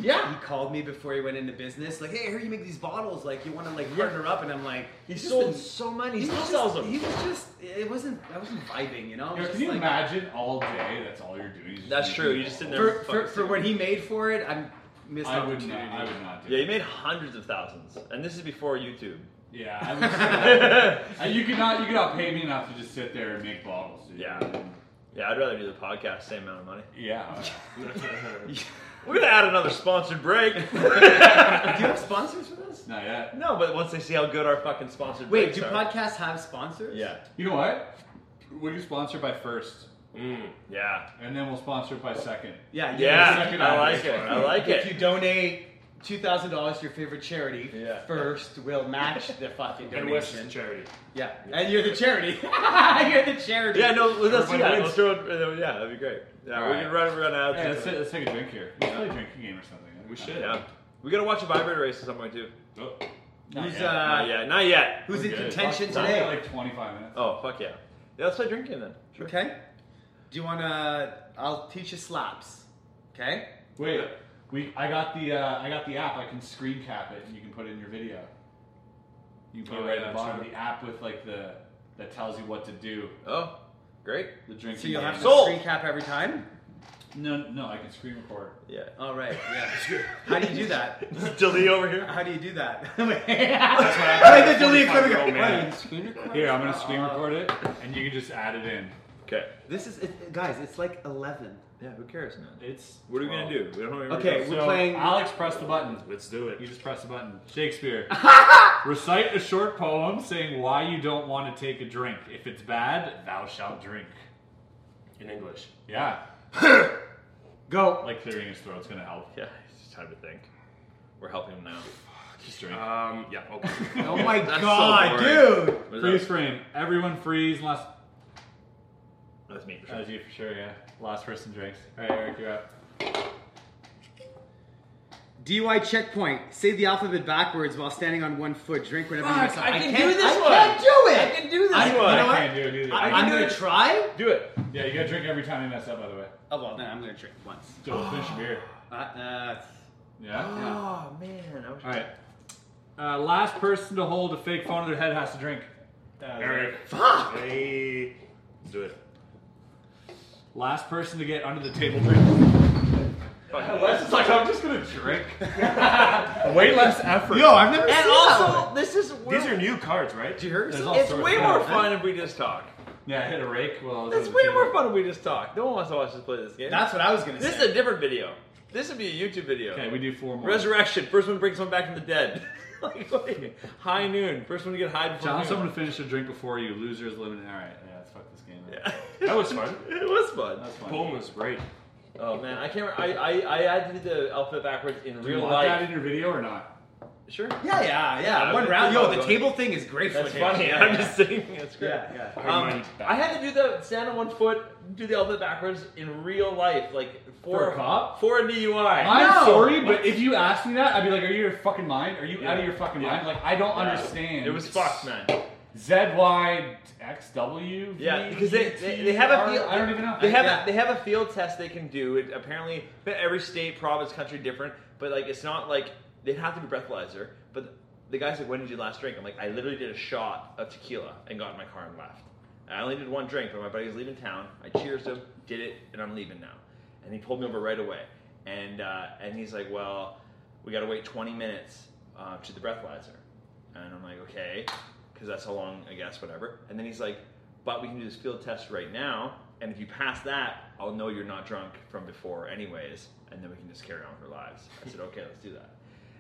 He called me before he went into business, like, "Hey, I heard you make these bottles. Like, you want to like partner up?" And I'm like,
He
"Just
sold
been-
so many. He
He
still
was
sells
just-
them.
He was just. It wasn't. I wasn't vibing, you know. I was
Yo,
just
can you
like-
imagine all day? That's all you're doing. is just
That's
making
true, you just
bottles.
didn't know-
for, for, for what he made for it? I'm missed
I would
opportunity.
not. I would not do.
Yeah,
it.
he made hundreds of thousands, and this is before YouTube.
Yeah, I would say that. you could not. You could not pay me enough to just sit there and make bottles. Dude.
Yeah. Yeah, I'd rather do the podcast, same amount of money.
Yeah.
We're gonna add another sponsored break.
Do you have sponsors for this?
Not yet.
no, but once they see how good our fucking sponsored
Wait,
breaks
do
are-
podcasts have sponsors?
Yeah,
You know what? We'll get sponsored by first,
yeah,
and then we'll sponsor it by second.
Yeah, you
yeah.
know,
second
I
hour
like
is
it.
fine.
I like
If you
it.
donate two thousand dollars to your favorite charity,
Yeah.
first we'll match the fucking
And Wes is
donation.
a charity.
Yeah. and you're the charity. you're the charity.
Yeah, no, let's do
Everybody
that.
wins.
Let's throw it- yeah, that'd be great. Yeah,
All
we
right.
can run run out.
Hey, let's, let's take a drink here. Let's play a drinking game or something.
We should.
yeah, we gotta watch a vibrator race at some point too.
Oh.
Who's
yet.
Not
uh,
yet, not yet.
who's in
Okay.
contention
We've got
today?
like 25 minutes.
Oh fuck yeah. Yeah, let's play drinking then. Sure.
Okay. Do you wanna? I'll teach you slaps. Okay.
Wait, we. I got the. Uh, I got the app. I can screen cap it, and you can put it in your video. You can put
Oh,
it
yeah,
right at the
that's
bottom.
right.
The app with like the that tells you what to do.
Oh, great.
The drinking.
So you'll have
game.
to
Sold.
recap every time.
No, no, I can screen record.
Yeah.
All right. Yeah. How do you do that?
Delete over here.
How do you do that? Wait, the delete click.
Oh, man.
Here, I'm gonna screen record it, and you can just add it in.
Okay.
This is it, guys. It's like eleven.
Yeah, who cares, man?
It's.
What are we gonna do? We don't know.
Okay,
So
we're playing.
Alex, press the button.
Let's do
You
it.
just press the button. Shakespeare. Recite a short poem saying why you don't want to take a drink. If it's bad, thou shalt drink.
In English.
Yeah.
Go.
Like clearing his throat's gonna help.
Yeah, it's just time to think. We're helping him now.
Just drink.
Um, yeah, okay.
Oh my
That's so
god,
boring.
dude.
What is
freeze
that?
frame. Everyone freeze. Last.
That's me for
That
sure.
was you for sure. Yeah. Last person drinks. All right, Eric, you're up.
DUI checkpoint. Say the alphabet backwards while standing on one foot. Drink whenever you mess up.
I can
can't-
do this
I
one.
can't do it.
I can do this
I,
one.
You know
I
what?
can't do it either.
I,
can
am
do
gonna
it.
try.
Do it.
yeah, you gotta drink every time you mess up. By the way.
Oh well, then I'm gonna drink once.
So we'll finish your beer.
Uh, uh,
Yeah.
Oh man, I was
All right. Uh, last person to hold a fake phone to their head has to drink. Uh,
Eric. Fuck! Hey. Let's do it.
Last person to get under the table drink.
Les is like, I'm just gonna
drink.
Way less effort.
Yo, I've never
And
seen
also,
that one.
this is
These
these are new cards, right?
Did you hear?
It's
It's way more fun if we just talk.
Yeah, I hit a rake while I was
It's
on
way more fun if we just talk. No one wants to watch us play this game.
That's what I was gonna
This
say.
is a different video. This would be a YouTube video.
Okay, we do four more.
Resurrection. First one brings someone back from the dead. like, like, high noon. First one to get high before
John,
noon.
someone to finish a drink before you. Losers limited. All right, yeah, let's fuck this game. up.
That was fun. it was fun.
That's fun.
Boom was great. Oh man, I can't. I I, I had to do the alphabet backwards in
Do you
real
want
life.
that in your video or not?
Sure.
Yeah, yeah, yeah. One round. Yo, the table thing is great
That's
for
funny.
tables.
I'm
Yeah,
just
yeah.
saying that's great.
Yeah, yeah.
Um, I had to do the stand on one foot, do the alphabet backwards in real life, like for,
For a cop?
for a DUI.
I'm
No!
sorry, but if you asked me that, I'd be like, "Are you your fucking mind? Are you out of your fucking
Yeah.
mind? Like, I don't
Yeah.
understand."
It was fucked, man.
Z Y X W.
Yeah, because they, they, they have a field.
E I don't even know.
They have
Yeah.
a, they have a field test they can do. It apparently every state, province, country different, but like it's not like they'd have to be breathalyzer. But the guy's like, "When did you last drink?" I'm like, "I literally did a shot of tequila and got in my car and left. And I only did one drink, but my buddy was leaving town. I cheers him, did it, and I'm leaving now." And he pulled me over right away, and uh, and he's like, "Well, we got to wait 20 minutes uh, to the breathalyzer." And I'm like, okay, because that's how long I guess, whatever. And then he's like, but we can do this field test right now, and if you pass that, I'll know you're not drunk from before, anyways, and then we can just carry on with our lives. I said, okay, let's do that.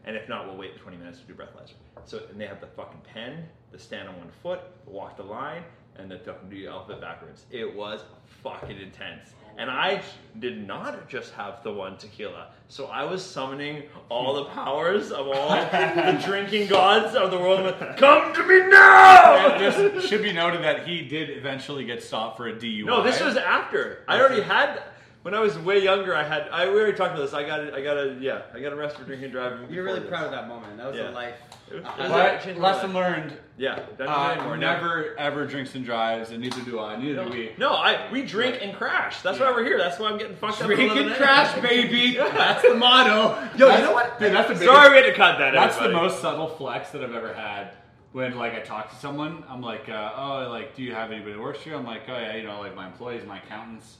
And if not, we'll wait 20 minutes to do breathalyzer. So, and they have the fucking pen, the stand on one foot, the walk the line, and the fucking do the alphabet backwards. It was fucking intense. And I did not just have the one tequila, so I was summoning all the powers of all the drinking gods of the world. Come to me now!
And this should be noted that he did eventually get stopped for a DUI.
No, this was after. I already had. When I was way younger, I had. I we already talked about this. I got. I got a. Yeah, I got arrested for drinking and driving.
You're really
before
proud
this.
of that moment. That was
Yeah.
a life.
It was-
a
it
highlight.
was-
But lesson learned.
Yeah, don't do that
uh,
anymore. Now-
never ever drinks and drives, and neither do I. Neither do we.
No, I we drink and crash. That's why we're here. That's why I'm getting fucked up.
Drink
at
and
11
crash,
a.m.
baby.
Yeah.
That's the motto.
Yo, you know what?
Dude, that's the biggest-
Sorry, we had to cut that.
That's the
everybody.
most subtle flex that I've ever had. When like I talk to someone, I'm like, uh, oh, like, do you have anybody that works here? I'm like, oh yeah, you know, like my employees, my accountants.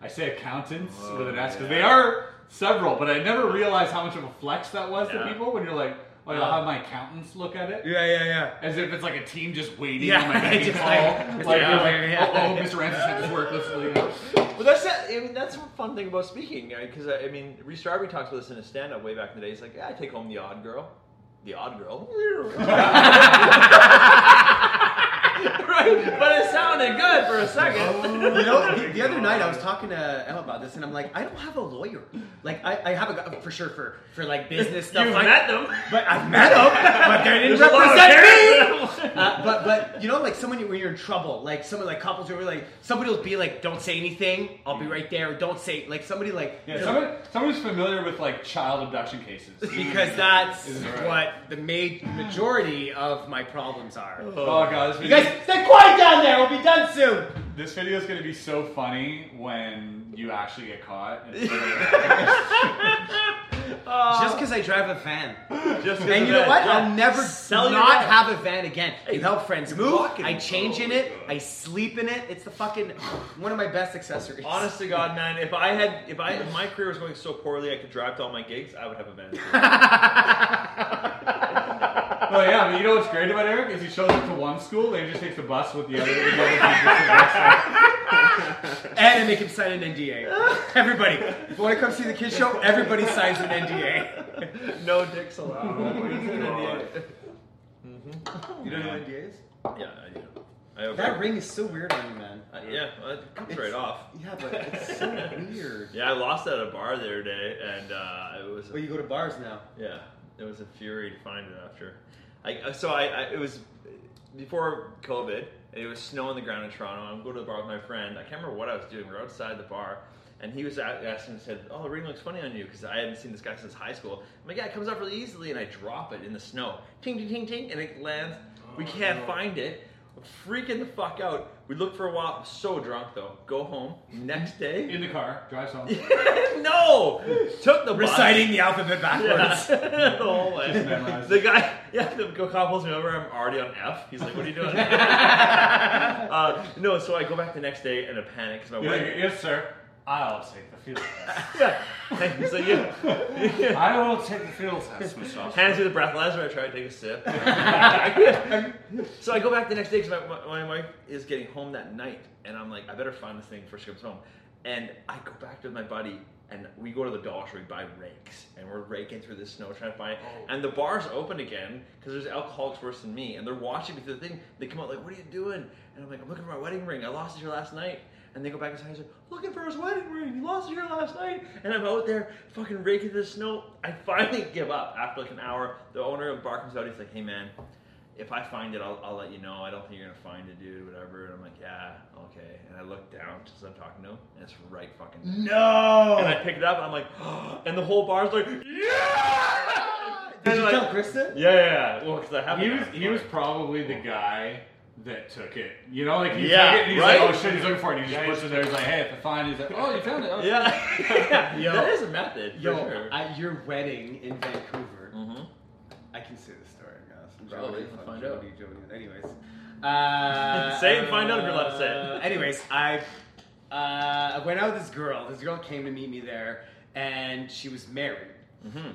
I say accountants with an S because they are several, but I never realized how much of a flex that was to
Yeah.
people when you're like, oh, yeah, I'll
Yeah.
have my accountants look at it.
Yeah, yeah, yeah.
As if it's like a team just waiting
Yeah,
on my bank
just
call.
like-
Like,
Yeah.
you're like, oh, oh,
Yeah.
Mr. Ramsey sent this work. Let's you know.
Well, that's that, I mean, that's one fun thing about speaking because I, I mean, Reese Darby talks about this in his stand-up way back in the day. He's like, "Yeah, I take home the odd girl, the odd girl." right, but it sounded good for a second.
You know, the, the other night I was talking to Emma about this, and I'm like, I don't have a lawyer. Like, I, I have a guy- for sure for for like business stuff.
You've
like,
met them,
but I've met them, but they didn't
There's a lot of
represent me. Uh, but but you know, like someone you- when you're in trouble, like someone like couples who are like somebody will be like, don't say anything, I'll be right there. Don't say like somebody like
Yeah, someone, someone who's familiar with like child abduction cases.
because that's
Is right.
what the ma- majority of my problems are.
Oh god, this
You
video,
guys stay quiet down there. We'll be done soon.
this video is gonna be so funny when you actually get caught. And
Just because I drive a van.
Just 'cause
And
of
you know
that.
what?
Yeah.
I'll never
Sell your
not
van.
have a van again. You help friends move.
fucking-
I change in it. I sleep in it. It's the fucking one of my best accessories.
Honest to God, man, if I had, if I, if my career was going so poorly, I could drive to all my gigs. I would have a van.
oh yeah, but you know what's great about Eric is he shows up to one school and he just takes the bus with the other. with the other kids.
And I make him sign an NDA. Everybody, if you want to come see the kids show, everybody signs an NDA.
no dicks allowed.
You don't know NDAs?
yeah, I do. I over-
That ring is so weird on you, man.
Uh, yeah, well, it comes right off.
Yeah, but it's so weird.
Yeah, I lost at a bar the other day, and uh, it was
Well, you go to bars now.
yeah, it was a fury to find it after. I so I, I it was before COVID, and it was snow on the ground in Toronto. I'm going to the bar with my friend. I can't remember what I was doing. We are outside the bar, and he was at- asking and said, "Oh, the ring looks funny on you," because I hadn't seen this guy since high school. I'm like, "Yeah, it comes off really easily," and I drop it in the snow, ting ting ting ting, and it lands. we can't find it. We're freaking the fuck out. We look for a while. I'm so drunk though. Go home next day.
In the car, drives home.
no, took the bus.
Reciting the alphabet backwards.
the whole way.
Just memorize
The guy, yeah, the cop pulls me over. I'm already on F. He's like, "What are you doing?" uh, no, so I go back the next day in a panic because my
You're like,
wife.
yes, sir. I always take the field test.
Yeah. So you-
I will take the field test, Mr. Officer.
Hands me the breathalyzer. I try to take a sip. so I go back the next day because my, my, my wife is getting home that night, and I'm like, I better find this thing before she comes home. And I go back to my buddy, and we go to the dollar store. We buy rakes, and we're raking through the snow trying to find it. And the bar's open again because there's alcoholics worse than me, and they're watching me through the thing. They come out like, "What are you doing?" And I'm like, "I'm looking for my wedding ring. I lost it here last night." And they go back inside and say, looking for his wedding ring. He lost it here last night. And I'm out there fucking raking the snow. I finally give up after like an hour. The owner of the bar comes out. He's like, hey man, if I find it, I'll, I'll let you know. I don't think you're gonna find it, dude. Whatever. And I'm like, yeah, okay. And I look down since I'm talking to him, and it's right fucking. there.
No!
And I pick it up, and I'm like, and the whole bar's like,
Did you tell Krista?
yeah, yeah. yeah. Well, because I have.
He was he was probably the guy that took it. You know, like he
Yeah,
took it and he's
right?
like, oh shit, he's looking for it. And he just puts it there. He's like, hey, if I find it, he's like, oh, you found it. Oh,
Yeah.
Yo,
That is a method, for
Yo,
sure.
at your wedding in Vancouver,
Mm-hmm.
I can say the story. Guys. I'm
Probably,
joking,
find
I'm
out.
joking, joking. Anyways, uh,
Say it and find out if you're allowed to say it.
uh, Anyways, I uh, I went out with this girl. This girl came to meet me there, and she was married.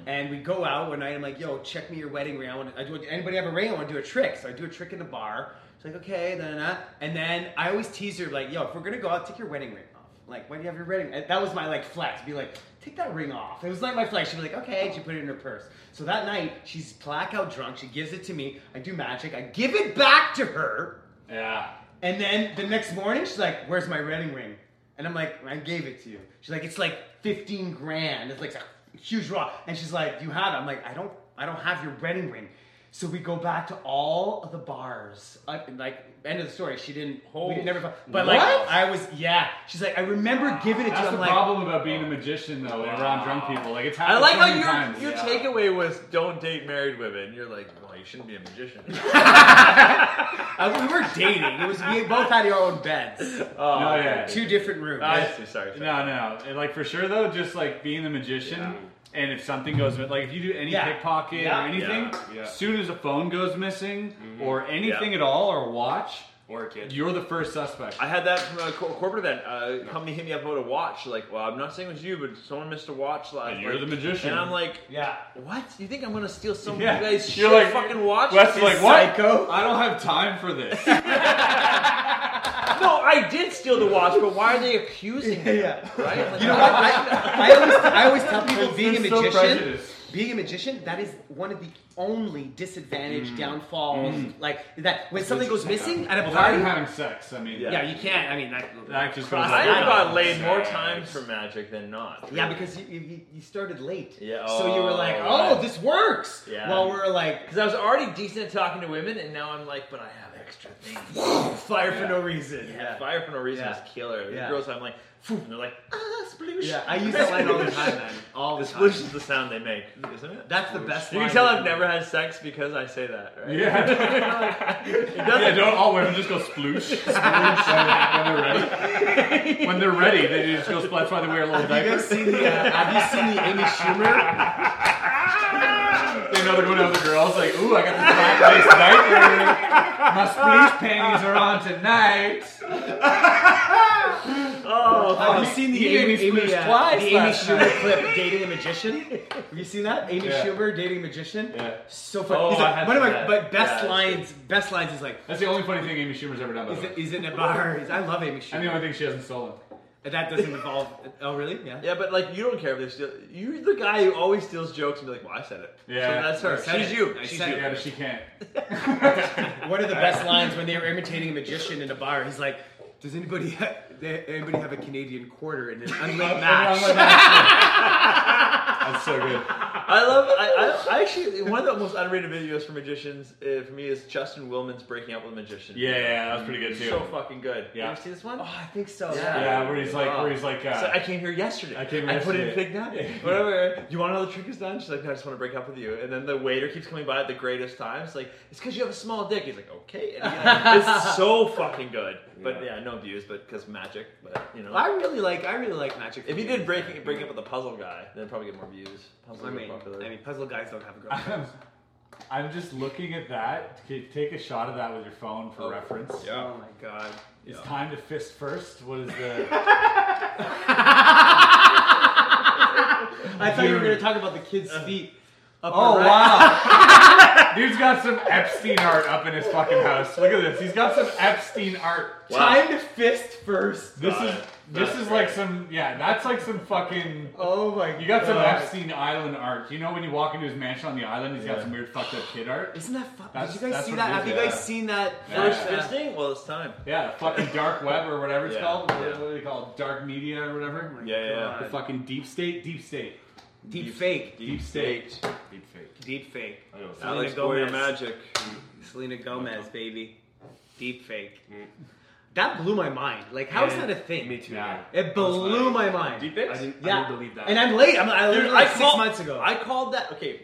And we go out one night. I'm like, "Yo, check me your wedding ring. I want. I do. Anybody have a ring? I want to do a trick. So I do a trick in the bar. She's like, okay, da, da, da. and then I always tease her like, "Yo, if we're gonna go out, take your wedding ring off. Like, why do you have your wedding?" And that was my like flex. Be like, take that ring off. It was like my flex. She'd be like, okay. and She put it in her purse. So that night, she's blackout drunk. She gives it to me. I do magic. I give it back to her.
Yeah.
And then the next morning, she's like, "Where's my wedding ring?" And I'm like, "I gave it to you." She's like, "It's like 15 grand. It's like a huge rock." And she's like, "You have it." I'm like, "I don't. I don't have your wedding ring." So we go back to all of the bars. I, like end of the story. She didn't. we didn't never. But like
What?
I was. Yeah. She's like, I remember giving it to. you.
That's
I'm
the
like,
problem about being a magician, though, and around drunk people. Like it's
I
happened
like
so
how
many
your
times.
your
Yeah.
takeaway was don't date married women. You're like, well, you shouldn't be a magician.
Uh, we were dating. It was we both had our own beds.
Oh, No, yeah.
Two different rooms.
I
see. Sorry.
No, no, no. And, Like for sure though, just like being the magician. And if something goes like if you do any
Yeah.
pickpocket
Yeah.
or anything,
Yeah. Mm-hmm. Yeah.
soon as a phone goes missing or anything
Yeah.
at all or a watch,
or a kid,
you're the first suspect.
I had that from a co- corporate event. A company hit me up about a watch. Like, well, I'm not saying it was you, but someone missed a watch last.
And you're
like-
the magician.
And I'm like,
Yeah.
what? You think I'm gonna steal some
Yeah.
of you guys'
You're
shit
like-
fucking watch?
Wes is like, what?
Psycho.
I don't have time for this.
No, I did steal the watch, but why are they accusing me?
Yeah.
Right? Like,
You know what? I, I, always, I always tell people being a
It's so
magician,
prejudiced.
being a magician, that is one of the only
Mm.
disadvantage downfalls. Like that when something goes missing at a
Well, that
party.
and having sex. I mean,
Yeah, you can't. I mean, that,
that just goes.
Cross-
I have
Yeah.
got laid more times for magic than not.
yeah, because you, you, you started late.
Yeah,
so you were
oh,
like, oh,
right.
this works.
Yeah.
While we're like,
Because I was already decent at talking to women, and now I'm like, but I have extra things.
fire for no reason.
Yeah, fire for no reason
Yeah.
is killer. The
Yeah.
girls, I'm like, "Phew," and they're like, ah, sploosh.
Yeah, I use that line all the time, man. All the
The
time.
sploosh is the sound they make, isn't it?
That's the best.
you
line
can tell
that
I've
do.
never had sex because I say that, right?
Yeah.
it doesn't.
yeah, don't all women just go sploosh. sploosh when, when they're ready. When they're ready, they just go sploosh. That's why they wear little
Have you guys
diapers.
seen the? Uh, have you seen the Amy Schumer?
They know they're going out with the girls. Like, ooh, I got this black lace diaper. My sploosh panties are on tonight.
Have you seen the
you
Amy,
made me sploosh
uh,
twice
the Amy
last night.
Schumer clip dating a magician? Have you seen that? Amy
Yeah.
Schumer dating a magician.
Yeah.
So funny.
Oh,
He's
I
like,
had
one of my
that.
but best
Yeah,
lines. Best lines is like,
That's the only funny thing Amy Schumer's ever done. By
is
the
it,
way,
is it in a bar? He's- I love Amy Schumer.
and the only thing she hasn't stolen.
that doesn't involve. Oh really? Yeah.
Yeah, but like you don't care if they steal. You're the guy who always steals jokes and be like, "Well, I said it."
Yeah.
so that's
I
her.
said
She's
it.
you.
I
She's
said
you.
it.
Yeah, but she can't.
One of the best lines when they were imitating a magician in a bar. He's like, does anybody ha- anybody have a Canadian quarter in an unlit match?
That's so good.
I love. I, I, I actually one of the most underrated videos for magicians uh, for me is Justin Willman's breaking up with a magician.
Yeah, yeah, that was pretty good too.
so fucking good.
Yeah.
You ever see this one?
Oh, I think so.
yeah, where he's like, where he's like, uh,
So I came here yesterday.
I came here
I put in
yesterday.
fig nut. Whatever. Do you want to know how the trick is done? She's like, no, I just want to break up with you. And then the waiter keeps coming by at the greatest times. Like, it's because you have a small dick. He's like, okay. And he's like, it's so fucking good. But yeah, no views, but because magic. But you know,
I really like I really like Magic.
if you did break break up with the puzzle guy, then it'd probably get more views. Puzzles
I
are
mean,
popular.
I mean, puzzle guys don't have a girlfriend.
I'm,
Oh,
I'm just looking at that. T- Take a shot of that with your phone for reference.
Oh my god.
It's
Yeah.
time to fist first. What is the?
I thought you were going to talk about the kid's
Uh-huh.
feet. Upper
Oh
right.
wow! Dude's got some Epstein art up in his fucking house. Look at this. He's got some Epstein art.
Wow. Time to fist first.
This
God,
is this
that's
is like some yeah. That's like some fucking.
Oh my!
You got some
God.
Epstein island art. You know when you walk into his mansion on the island, he's got
Yeah.
some weird fucked up kid art.
Isn't that fu-
That's-
Did you guys
that's
see
what
that?
it
Have
is,
you
yeah.
guys seen that uh,
First
fisting? Well, it's time.
Yeah, the fucking dark web or whatever it's
Yeah,
called. What,
yeah.
what do they call it? Dark media or whatever.
Yeah, yeah, yeah.
The fucking deep state. Deep state.
Deep, fake.
Deep, state. Deep fake.
Deep fake.
Selena
Alex Mm.
Gomez.
Boyer magic. Selena Gomez, baby. Deep fake. That blew my mind. Like, how is
Yeah.
that a thing?
Me too. Yeah.
It blew my mind.
Deep fakes?
I didn't- I
yeah.
didn't believe that.
And I'm late. I'm, I
Dude,
literally like
I
six
called-
months ago.
I called that. Okay,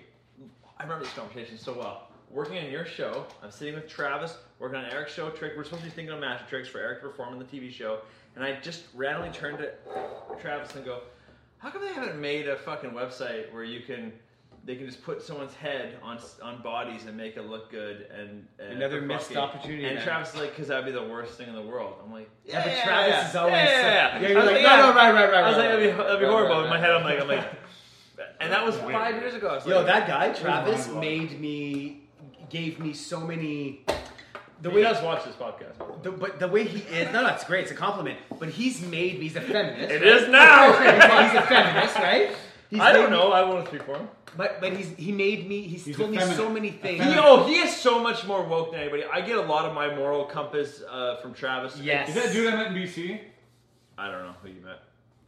I remember this conversation so well. Working on your show, I'm sitting with Travis, working on Eric's show trick. We're supposed to be thinking of magic tricks for Eric to perform on the TV show, and I just randomly turned to Travis and go, "How come they haven't made a fucking website where you can?" They can just put someone's head on s- on bodies and make it look good, and, and
Another
for
missed
fucking-
opportunity,
And
man.
Travis is like, "Cause that'd be the worst thing in the world." I'm like,
Yeah, but Travis is always
yeah,
so-
yeah, yeah.
Yeah, you're
I was
like, no, no, right, right, right,
I was like,
right,
that'd be,
right,
that'd be
right,
horrible.
right,
In my head, I'm like, I'm like, and that was five years ago. I was
Yo,
like-
that guy, Travis, made me, gave me so many. The
He does watch this podcast.
The, but the way he is, no, that's great. It's a compliment. But he's made me. He's a feminist.
It
It
is
is
now.
he's a feminist, right? He's
I
made
don't
me-
know. I won't speak for him.
But but he's he made me. He's,
He's
told
a
me
feminist.
so many things.
He, oh, he is so much more woke than anybody. I get a lot of my moral compass uh, from Travis.
Yes.
Is that dude I met in BC?
I don't know who you met.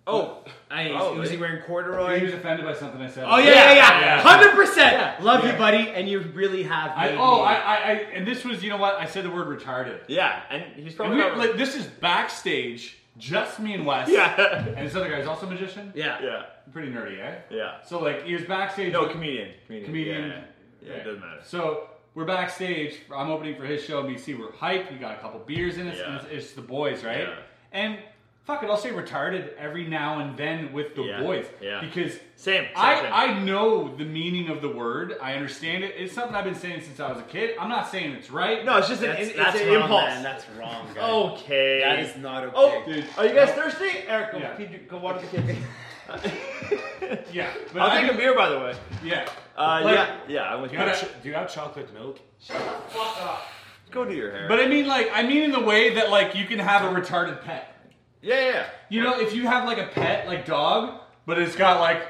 Oh,
I,
probably.
was he wearing corduroy?
He was offended by something I said.
Oh yeah, yeah, yeah, hundred
Yeah.
percent. Love
Yeah.
you, buddy, and you really have.
I,
made
oh,
me.
I, I, I, and this was, you know what? I said the word retarded.
Yeah, and he's
probably
not-
like this is backstage, just me and Wes.
Yeah.
and this other guy's also a magician.
Yeah,
yeah,
pretty nerdy, eh?
Yeah.
So like he was backstage.
No,
with-
comedian. Comedian.
comedian.
Yeah, yeah. Yeah, it doesn't matter.
So we're backstage. I'm opening for his show in BC. We're hyped. We got a couple beers in us.
Yeah.
And it's, it's the boys, right?
Yeah.
And fuck it, I'll say retarded every now and then with the
Yeah.
boys.
Yeah.
Because
Same, same,
I,
same.
I know the meaning of the word. I understand it. It's something I've been saying since I was a kid. I'm not saying it's right.
No, it's just an- That's- it's that's an wrong, impulse. man. That's
wrong.
okay.
That is not okay.
Oh,
Dude,
are you guys
no.
thirsty? Eric, go,
Yeah.
feed- go water the kids.
Yeah. But
I'll
I
take a
mean-
beer, by the way.
Yeah.
Uh,
Like-
yeah, yeah. I'm with
Do
you.
you have ch-
Do you have chocolate milk?
Go do your hair.
But I mean, like, I mean in the way that, like, you can have a retarded pet.
yeah, yeah, yeah.
You know, if you have like a pet, like dog, but it's got like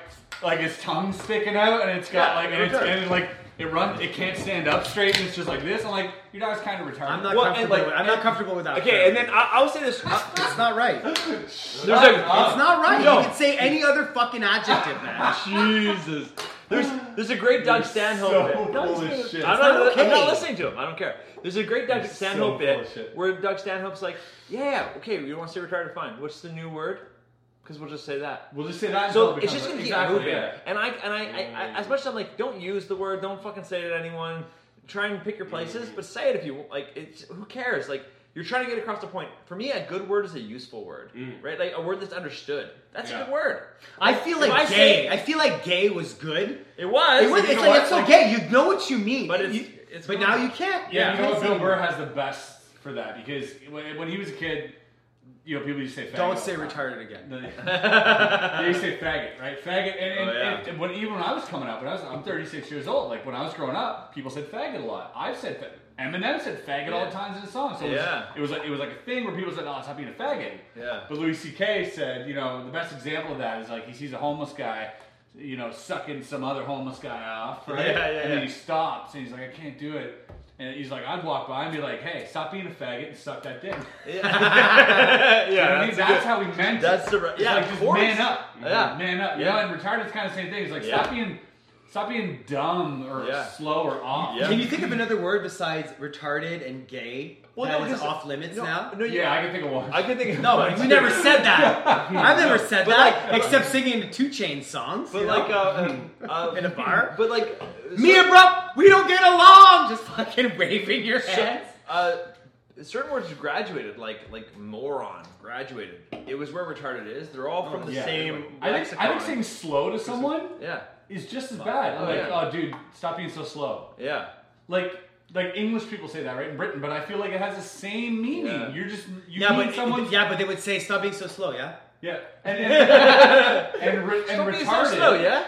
like its tongue sticking out, and it's got
Yeah,
like and it's
retarded.
and it, like it runs, it can't stand up straight, and it's just like this. I'm like, your dog's kind of retarded.
I'm not
Well, and,
comfortable.
like,
with, I'm not comfortable with that.
Okay, and then I, I'll say this. I-
it's not right. It's
There's a,
not right.
Yo.
You could say any other fucking adjective, man.
Jesus. There's there's a great Doug Stanhope
so
bit.
full
he's
of
good.
shit.
I'm not,
It's
not
I'm not
okay.
listening to him. I don't care. There's a great Doug Stanhope
so full of
bit
shit.
where Doug Stanhope's like, yeah, okay, you don't want to say retarded, fine. What's the new word? Because we'll just say that.
We'll just say that.
So
until it
it's just gonna
becomes-
keep
Exactly,
moving.
yeah.
And I and I, I, I as much as I'm like, don't use the word, don't fucking say it to anyone. Try and pick your places, but say it if you like. It's who cares? Like you're trying to get across the point. For me, a good word is a useful word, right? Like a word that's understood. That's a
Mm. Yeah.
good word.
I feel
If I
like
say-
gay. I feel like gay was good.
It was.
It was-
You
it's
know
like
what?
it's so gay. You know what you mean,
But it's-
You-
it's
but
gone.
now you can't.
Yeah, you know what? Bill
Because-
Burr has the best for that because when, when he was a kid, you know, people used to say. faggot all
Don't
the
say
time.
retarded again.
No, they they used to say faggot, right? Faggot, and, and,
Oh, yeah.
and when, even when I was coming up, when I was I'm 36 years old. Like when I was growing up, people said faggot a lot. I've said faggot. Eminem said faggot all the times in his songs. So it was,
Yeah.
it was like it was like a thing where people said, "Oh, stop being a faggot."
Yeah.
But Louis C.K. said, you know, the best example of that is like he sees a homeless guy. You know, sucking some other homeless guy off, right?
Yeah, yeah,
and then
yeah.
he stops and he's like, I can't do it. And he's like, I'd walk by and be like, hey, stop being a faggot and suck that dick. You know what I mean?
that's a
that's
good-
how we meant
that's
it.
the right-
It's
yeah,
like
of
just
course.
man up.
Yeah.
man up. You
Yeah.
know, and retarded's kind of the same thing. It's like stop being, stop being dumb or
Yeah.
slow or off.
Yeah.
Can you think of another word besides retarded and gay
Well,
that
no,
is
because-
off limits
no,
now?
no,
Yeah, I can think of one.
I could think of
No, you never said that. I've never said
But
that,
like-
except singing the Two Chain songs.
But
you
like,
know?
uh, um, uh,
In a bar?
But like,
me and bro, we don't get along. Just fucking waving your hands.
uh, certain words graduated, like like moron graduated. It was where retarded is. They're all
Oh,
from the
Yeah.
same.
I think, I think
lexicon.
saying slow to someone
Yeah,
is just as bad.
Oh,
like,
yeah.
oh, dude, stop being so slow.
yeah.
Like, like English people say that, right? In Britain, but I feel like it has the same meaning.
Yeah.
You're just you
yeah,
need
but
someone.
yeah, but they would say stop being so slow. Yeah.
Yeah. And and, and, re- and
Stop being so
retarded.
slow, yeah?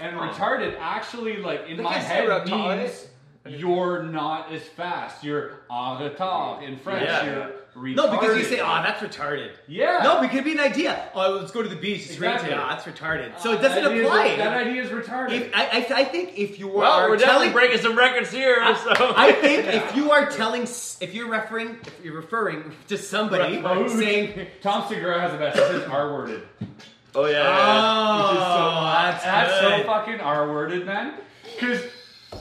And retarded actually like in
They
my
can say
head
retarded.
means you're not as fast. You're en retard in French.
Yeah.
You're retarded.
No, because you say, "Oh, that's retarded."
Yeah.
No, but it could be an idea. Oh, let's go to the beach. It's
Exactly.
raining. Ah, that's retarded. So
Uh,
it doesn't
that idea is-
apply.
that idea is retarded.
If, I, I, I think if you
Well,
are
we're definitely
telling,
breaking some records here.
I,
so.
I think if you are telling, s- if you're referring, if you're referring to somebody
Right.
saying,
"Tom Segura has the best." It says R worded.
Oh yeah.
yeah.
Which is so,
Oh, that's
that's so
good.
fucking R worded, man. Because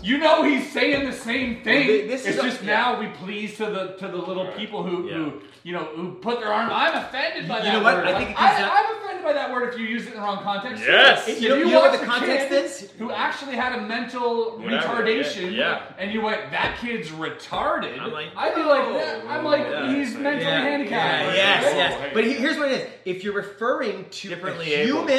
you know he's saying the same thing.
Th- this
it's
is a-
just now we please to the to the little people who, who you know who put their arm. I'm offended by
You
that
know what?
word.
I
Like,
think it comes
I,
down-
I'm offended by that word if you use it in the wrong context.
Yes.
If
You know-
you,
you know what
watch
the
a
context
kid
is?
Who actually had a mental
Whatever, yeah,
retardation?
yeah.
And you went, that kid's retarded.
I'm like, oh,
I'd be like, that. I'm like, he's mentally
Yeah,
handicapped.
yeah, yes, yes. But he- here's what it is: if you're referring to a
abled.
human,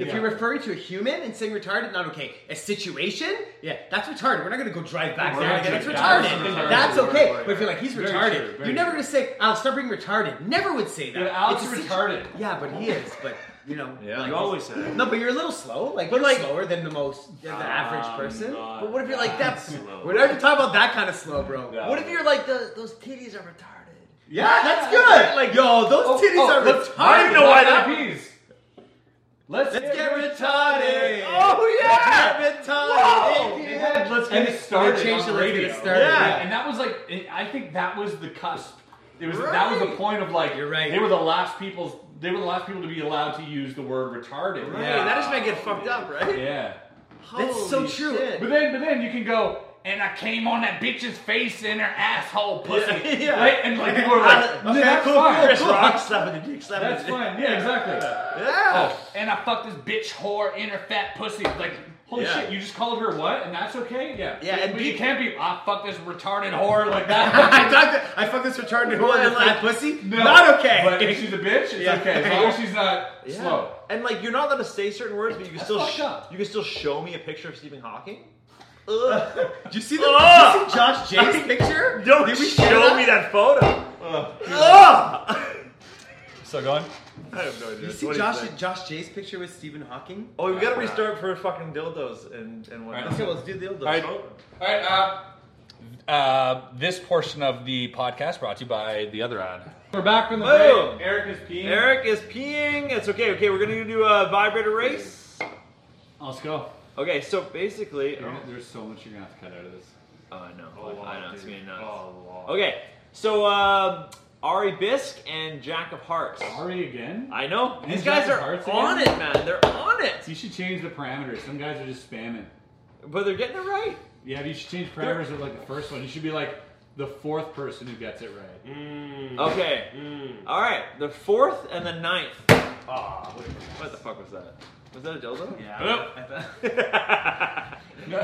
if
Yeah.
you're referring to a human and saying retarded, not okay. A situation, yeah, that's retarded. We're not gonna go drive back
We're
there
not
again. It's
gonna-
retarded.
that's retarded.
That's
Right,
okay.
right,
But if you're like, he's
Very
retarded,
true, very
you're never gonna say, "Al, stop being retarded." Never would say that.
Yeah, Al's
It's a situ-
retarded.
Yeah, but he is. But you know,
Yeah.
like-
You always say that.
No, but you're a little slow. Like,
But
you're
like-
slower than the most the average person.
not
But what if you're like
that
that's?
slow.
We're not even talking about that kind of slow, bro.
What if you're like the, those titties are retarded?
Yeah, that's good. Like, yo, those titties
oh,
are
let's-
retarded.
I don't even know why that-
Peas. Let's,
Let's get retarded.
Oh, yeah.
Let's get retarded.
Whoa!
Yeah.
It had, let's
And
get it
it
started.
changed
on
to let's get
radio.
it started.
Yeah.
Yeah.
and that was like, it- I think that was the cusp. It was that was the
Right.
point of like,
You're right.
They were the last people. They were the last people to be allowed to use the word retarded.
Right, that is gonna get fucked up, right?
Yeah.
That's so
Holy
true.
shit.
But then, but then you can go. And I came on that bitch's face and her asshole pussy,
Yeah, yeah.
right? And like people are like,
Uh, Okay,
that's
cool,
fine.
cool,
Chris
cool.
Rock slapping the dick, slapping
That's
the dick.
fine. Yeah, exactly.
Yeah.
Oh, and I fucked this bitch whore in her fat pussy. Like, holy
Yeah.
shit, you just called her what? And that's okay? Yeah.
Yeah,
But,
and
but
be-
you can't be, I fucked this retarded whore like that.
I got the, I fucked this retarded whore and
like-
fat pussy.
No.
Not okay.
But if she's a bitch, it's okay. As long as she's not
Yeah.
slow.
And like you're not allowed to say certain words, but you can
That's
still
fucked up.
you can still show me a picture of Stephen Hawking.
Did you see the
Ugh.
did you see Josh James picture?
Don't
Did
show
share
me that photo. Ugh.
So going?
I have no idea.
Did you see
What do
Josh
think?
Josh J's picture with Stephen Hawking?
Oh, we gotta restart for fucking dildos and and whatnot.
Let's go. Let's do the old.
Alright. Alright, uh, uh, this portion of the podcast brought to you by the other ad. We're back from the
Whoa.
break. Eric is peeing.
Eric is peeing. It's okay. Okay, we're gonna do a vibrator race.
Oh, Let's go.
Okay, so basically,
You're gonna- There's so much you're gonna have to cut out of this.
oh, I know, I know, it's gonna be nuts.
Oh,
Okay, so um, Ari Bisk and Jack of Hearts.
Sorry again?
I know
And
these
Jack
guys
of
are
Hearts
on
again?
it, man. They're on
You
it,
should change the parameters. Some guys are just spamming.
but they're getting it right.
Yeah, but you should change parameters of like the first one. You should be like the fourth person who gets it right. Mm.
Okay, all right. The fourth and the ninth.
Ah,
What the fuck was that? Was that a dildo? Yeah.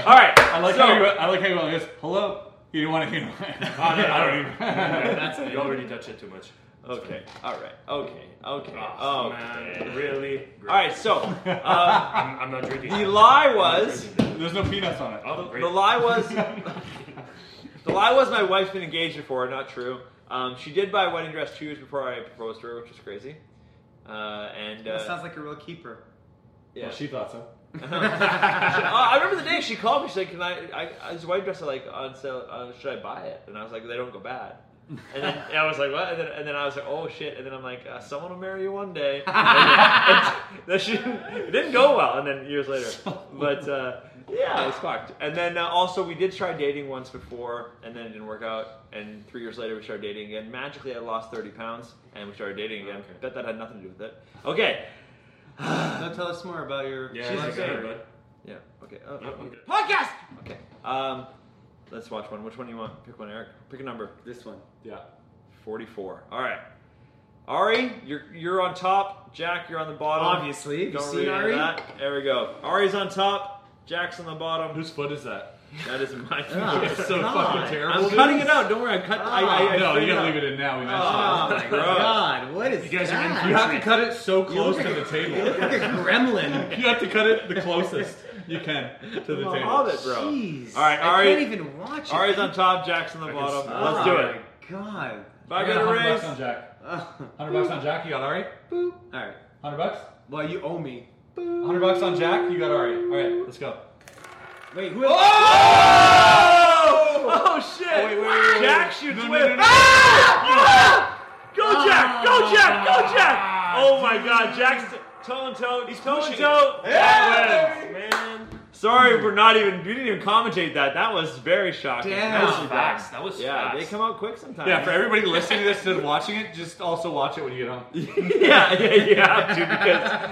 all right.
I like
so,
how you. I like how you only goes, "Hello." You didn't want to hear. I don't, I don't even.
That's you already touched it too much.
Okay. All right. Okay. Okay.
Ah,
Oh,
okay.
man, really?
All right. So um,
I'm, I'm not drinking.
the lie was
There's no peanuts on it.
Oh, great.
the lie was the lie was my wife's been engaged before. Not true. Um, she did buy a wedding dress two years before I proposed to her, which is crazy. Uh, and uh,
That sounds like a real keeper.
yeah.
Well, she thought so.
Uh, I remember the day she called me. She's like, "Can I? I this wedding dress like on sale. Uh, should I buy it?" And I was like, "They don't go bad." And then and I was like, "What?" And then, and then I was like, "Oh shit!" And then I'm like, uh, "Someone will marry you one day." And, and that she it didn't go well. And then years later, but uh, yeah, it was fucked. And then uh, also we did try dating once before, and then it didn't work out. And three years later, we started dating again. Magically, I lost thirty pounds, and we started dating again. Bet that had nothing to do with it. Okay.
Now tell us more about your.
Yeah,
Jesus.
like that, bud.
Yeah. Okay. Oh,
No, I'm good.
Podcast. Okay. Um, let's watch one. Which one do you want? Pick one, Eric. Pick a number.
This one.
Yeah.
Forty-four. All right. Ari, you're you're on top. Jack, you're on the bottom.
Obviously, have you
Don't
seen
read into
Ari?
That. There we go. Ari's on top. Jack's on the bottom.
Whose foot is that?
That is my.
Ah,
it's so
God.
fucking terrible.
I'm
dude.
cutting it out. Don't worry, I cut- I- I-
Ah.
I No, Oh, you figured gotta out- leave it in now. We messed
oh,
it up.
my God,
what is
You guys are in
that?
for You have to cut it so close to the table.
You look like a gremlin.
you have to cut it the closest you can to the
I'm a
table.
hobbit, bro. Jeez. All right,
I
Ari.
can't
even watch it.
Ari's on top, Jack's on the
I can
bottom.
smell
Let's
it.
do
Oh,
it.
God.
Bye,
I got
get a
100
raise.
bucks on Jack. 100 bucks on Jack, you got Ari? Boop.
All right.
100 bucks?
Well, you owe me.
100 bucks on Jack, you got Ari. All right, let's go.
Wait, who?
Oh! Oh shit! Jack shoots whip. Ah! Go Jack! Go Jack! Go Jack! Oh my God! Jack's toe and toe. He's toe and toe. Jack wins.
man.
Sorry, we're not even. We didn't even commentate that. That was very shocking.
Damn.
That was
That was
bad.
fast. That was
yeah.
fast.
They come out quick sometimes.
Yeah, for everybody listening to this and watching it, just also watch it when you get home.
yeah, yeah, you have to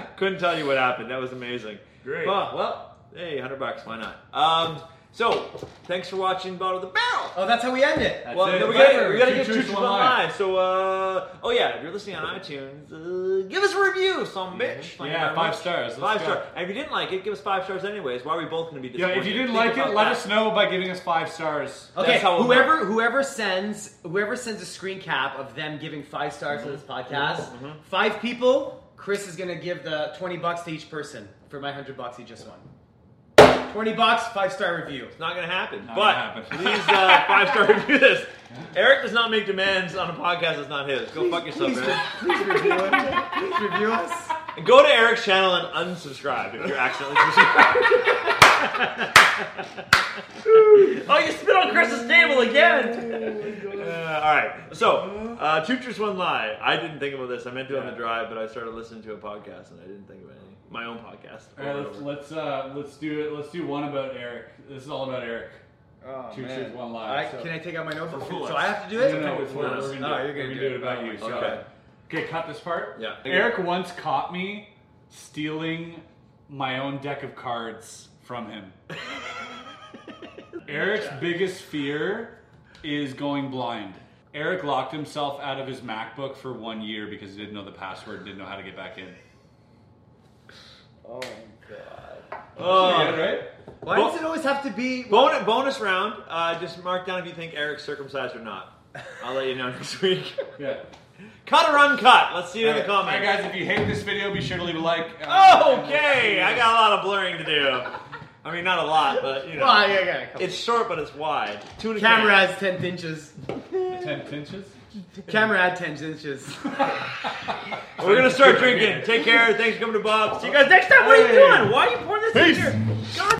because couldn't tell you what happened. That was amazing.
Great.
Well, well hey, hundred bucks. Why not? Um, so thanks for watching Bottle of the Barrel.
Oh, that's how we end it.
well,
it.
no, we gotta, we gotta give Choo Choo One Live. So, uh, oh yeah, if you're listening on iTunes, uh, give us a review, some bitch. Thank you
Yeah,
very
five
much.
stars. Let's
Five
go.
stars. And if you didn't like it, give us five stars anyways. Why are we both gonna be
Yeah,
disappointed?
if you didn't
Think
like it,
about
let
that.
us know by giving us five stars.
Okay,
That's how it
whoever
works.
whoever sends whoever sends a screen cap of them giving five stars to this
Mm-hmm.
podcast,
Mhm.
five people, Chris is gonna give the twenty bucks to each person for my hundred bucks he just won. Twenty bucks, five star review. It's
not gonna happen.
Not
But please uh, five star review this. Eric does not make demands on a podcast that's not his. Go fuck yourself,
please
Eric.
Please review it. Please review us.
And Go to Eric's channel and unsubscribe if you're accidentally subscribed. oh, you spit on Chris's table again!
Oh
Uh, all right, so uh, two truths, one lie. I didn't think about this. I meant to on the drive, but I started listening to a podcast and I didn't think of anything. My own podcast.
All right,
Over and over.
let's let's uh, let's do it. Let's do one about Eric. This is all about Eric.
Oh,
Two
man.
truths, one lie.
All right,
so-
can I take out my notebook? For So I have to do it?
No, no,
Okay.
it's what
No,
we're gonna do.
no,
it.
you're gonna
We're
do
do
it.
it about you. So.
Okay.
Okay, cut this part.
Yeah.
Eric once caught me stealing my own deck of cards from him. Eric's biggest fear is going blind. Eric locked himself out of his MacBook for one year because he didn't know the password, didn't know how to get back in.
Oh god.
Oh.
Why
Bo-
does it always have to be
Bonus, bonus round. Uh, just mark down if you think Eric's circumcised or not. I'll let you know next week.
Yeah.
Cut or uncut? Let's see you in the
All
comments.
right, guys, if you hate this video, be sure to leave a like. uh,
Okay, I got a lot of blurring to do. I mean, not a lot, but you know.
Well, Oh, yeah, I got a couple.
It's short, but it's wide. Two to
Camera has ten inches.
Ten inches?
Camera had ten inches.
We're gonna start drinking. Take care. Thanks for coming to Bob. See you guys next time. What are you
Hey.
doing? Why are you pouring this in here? God.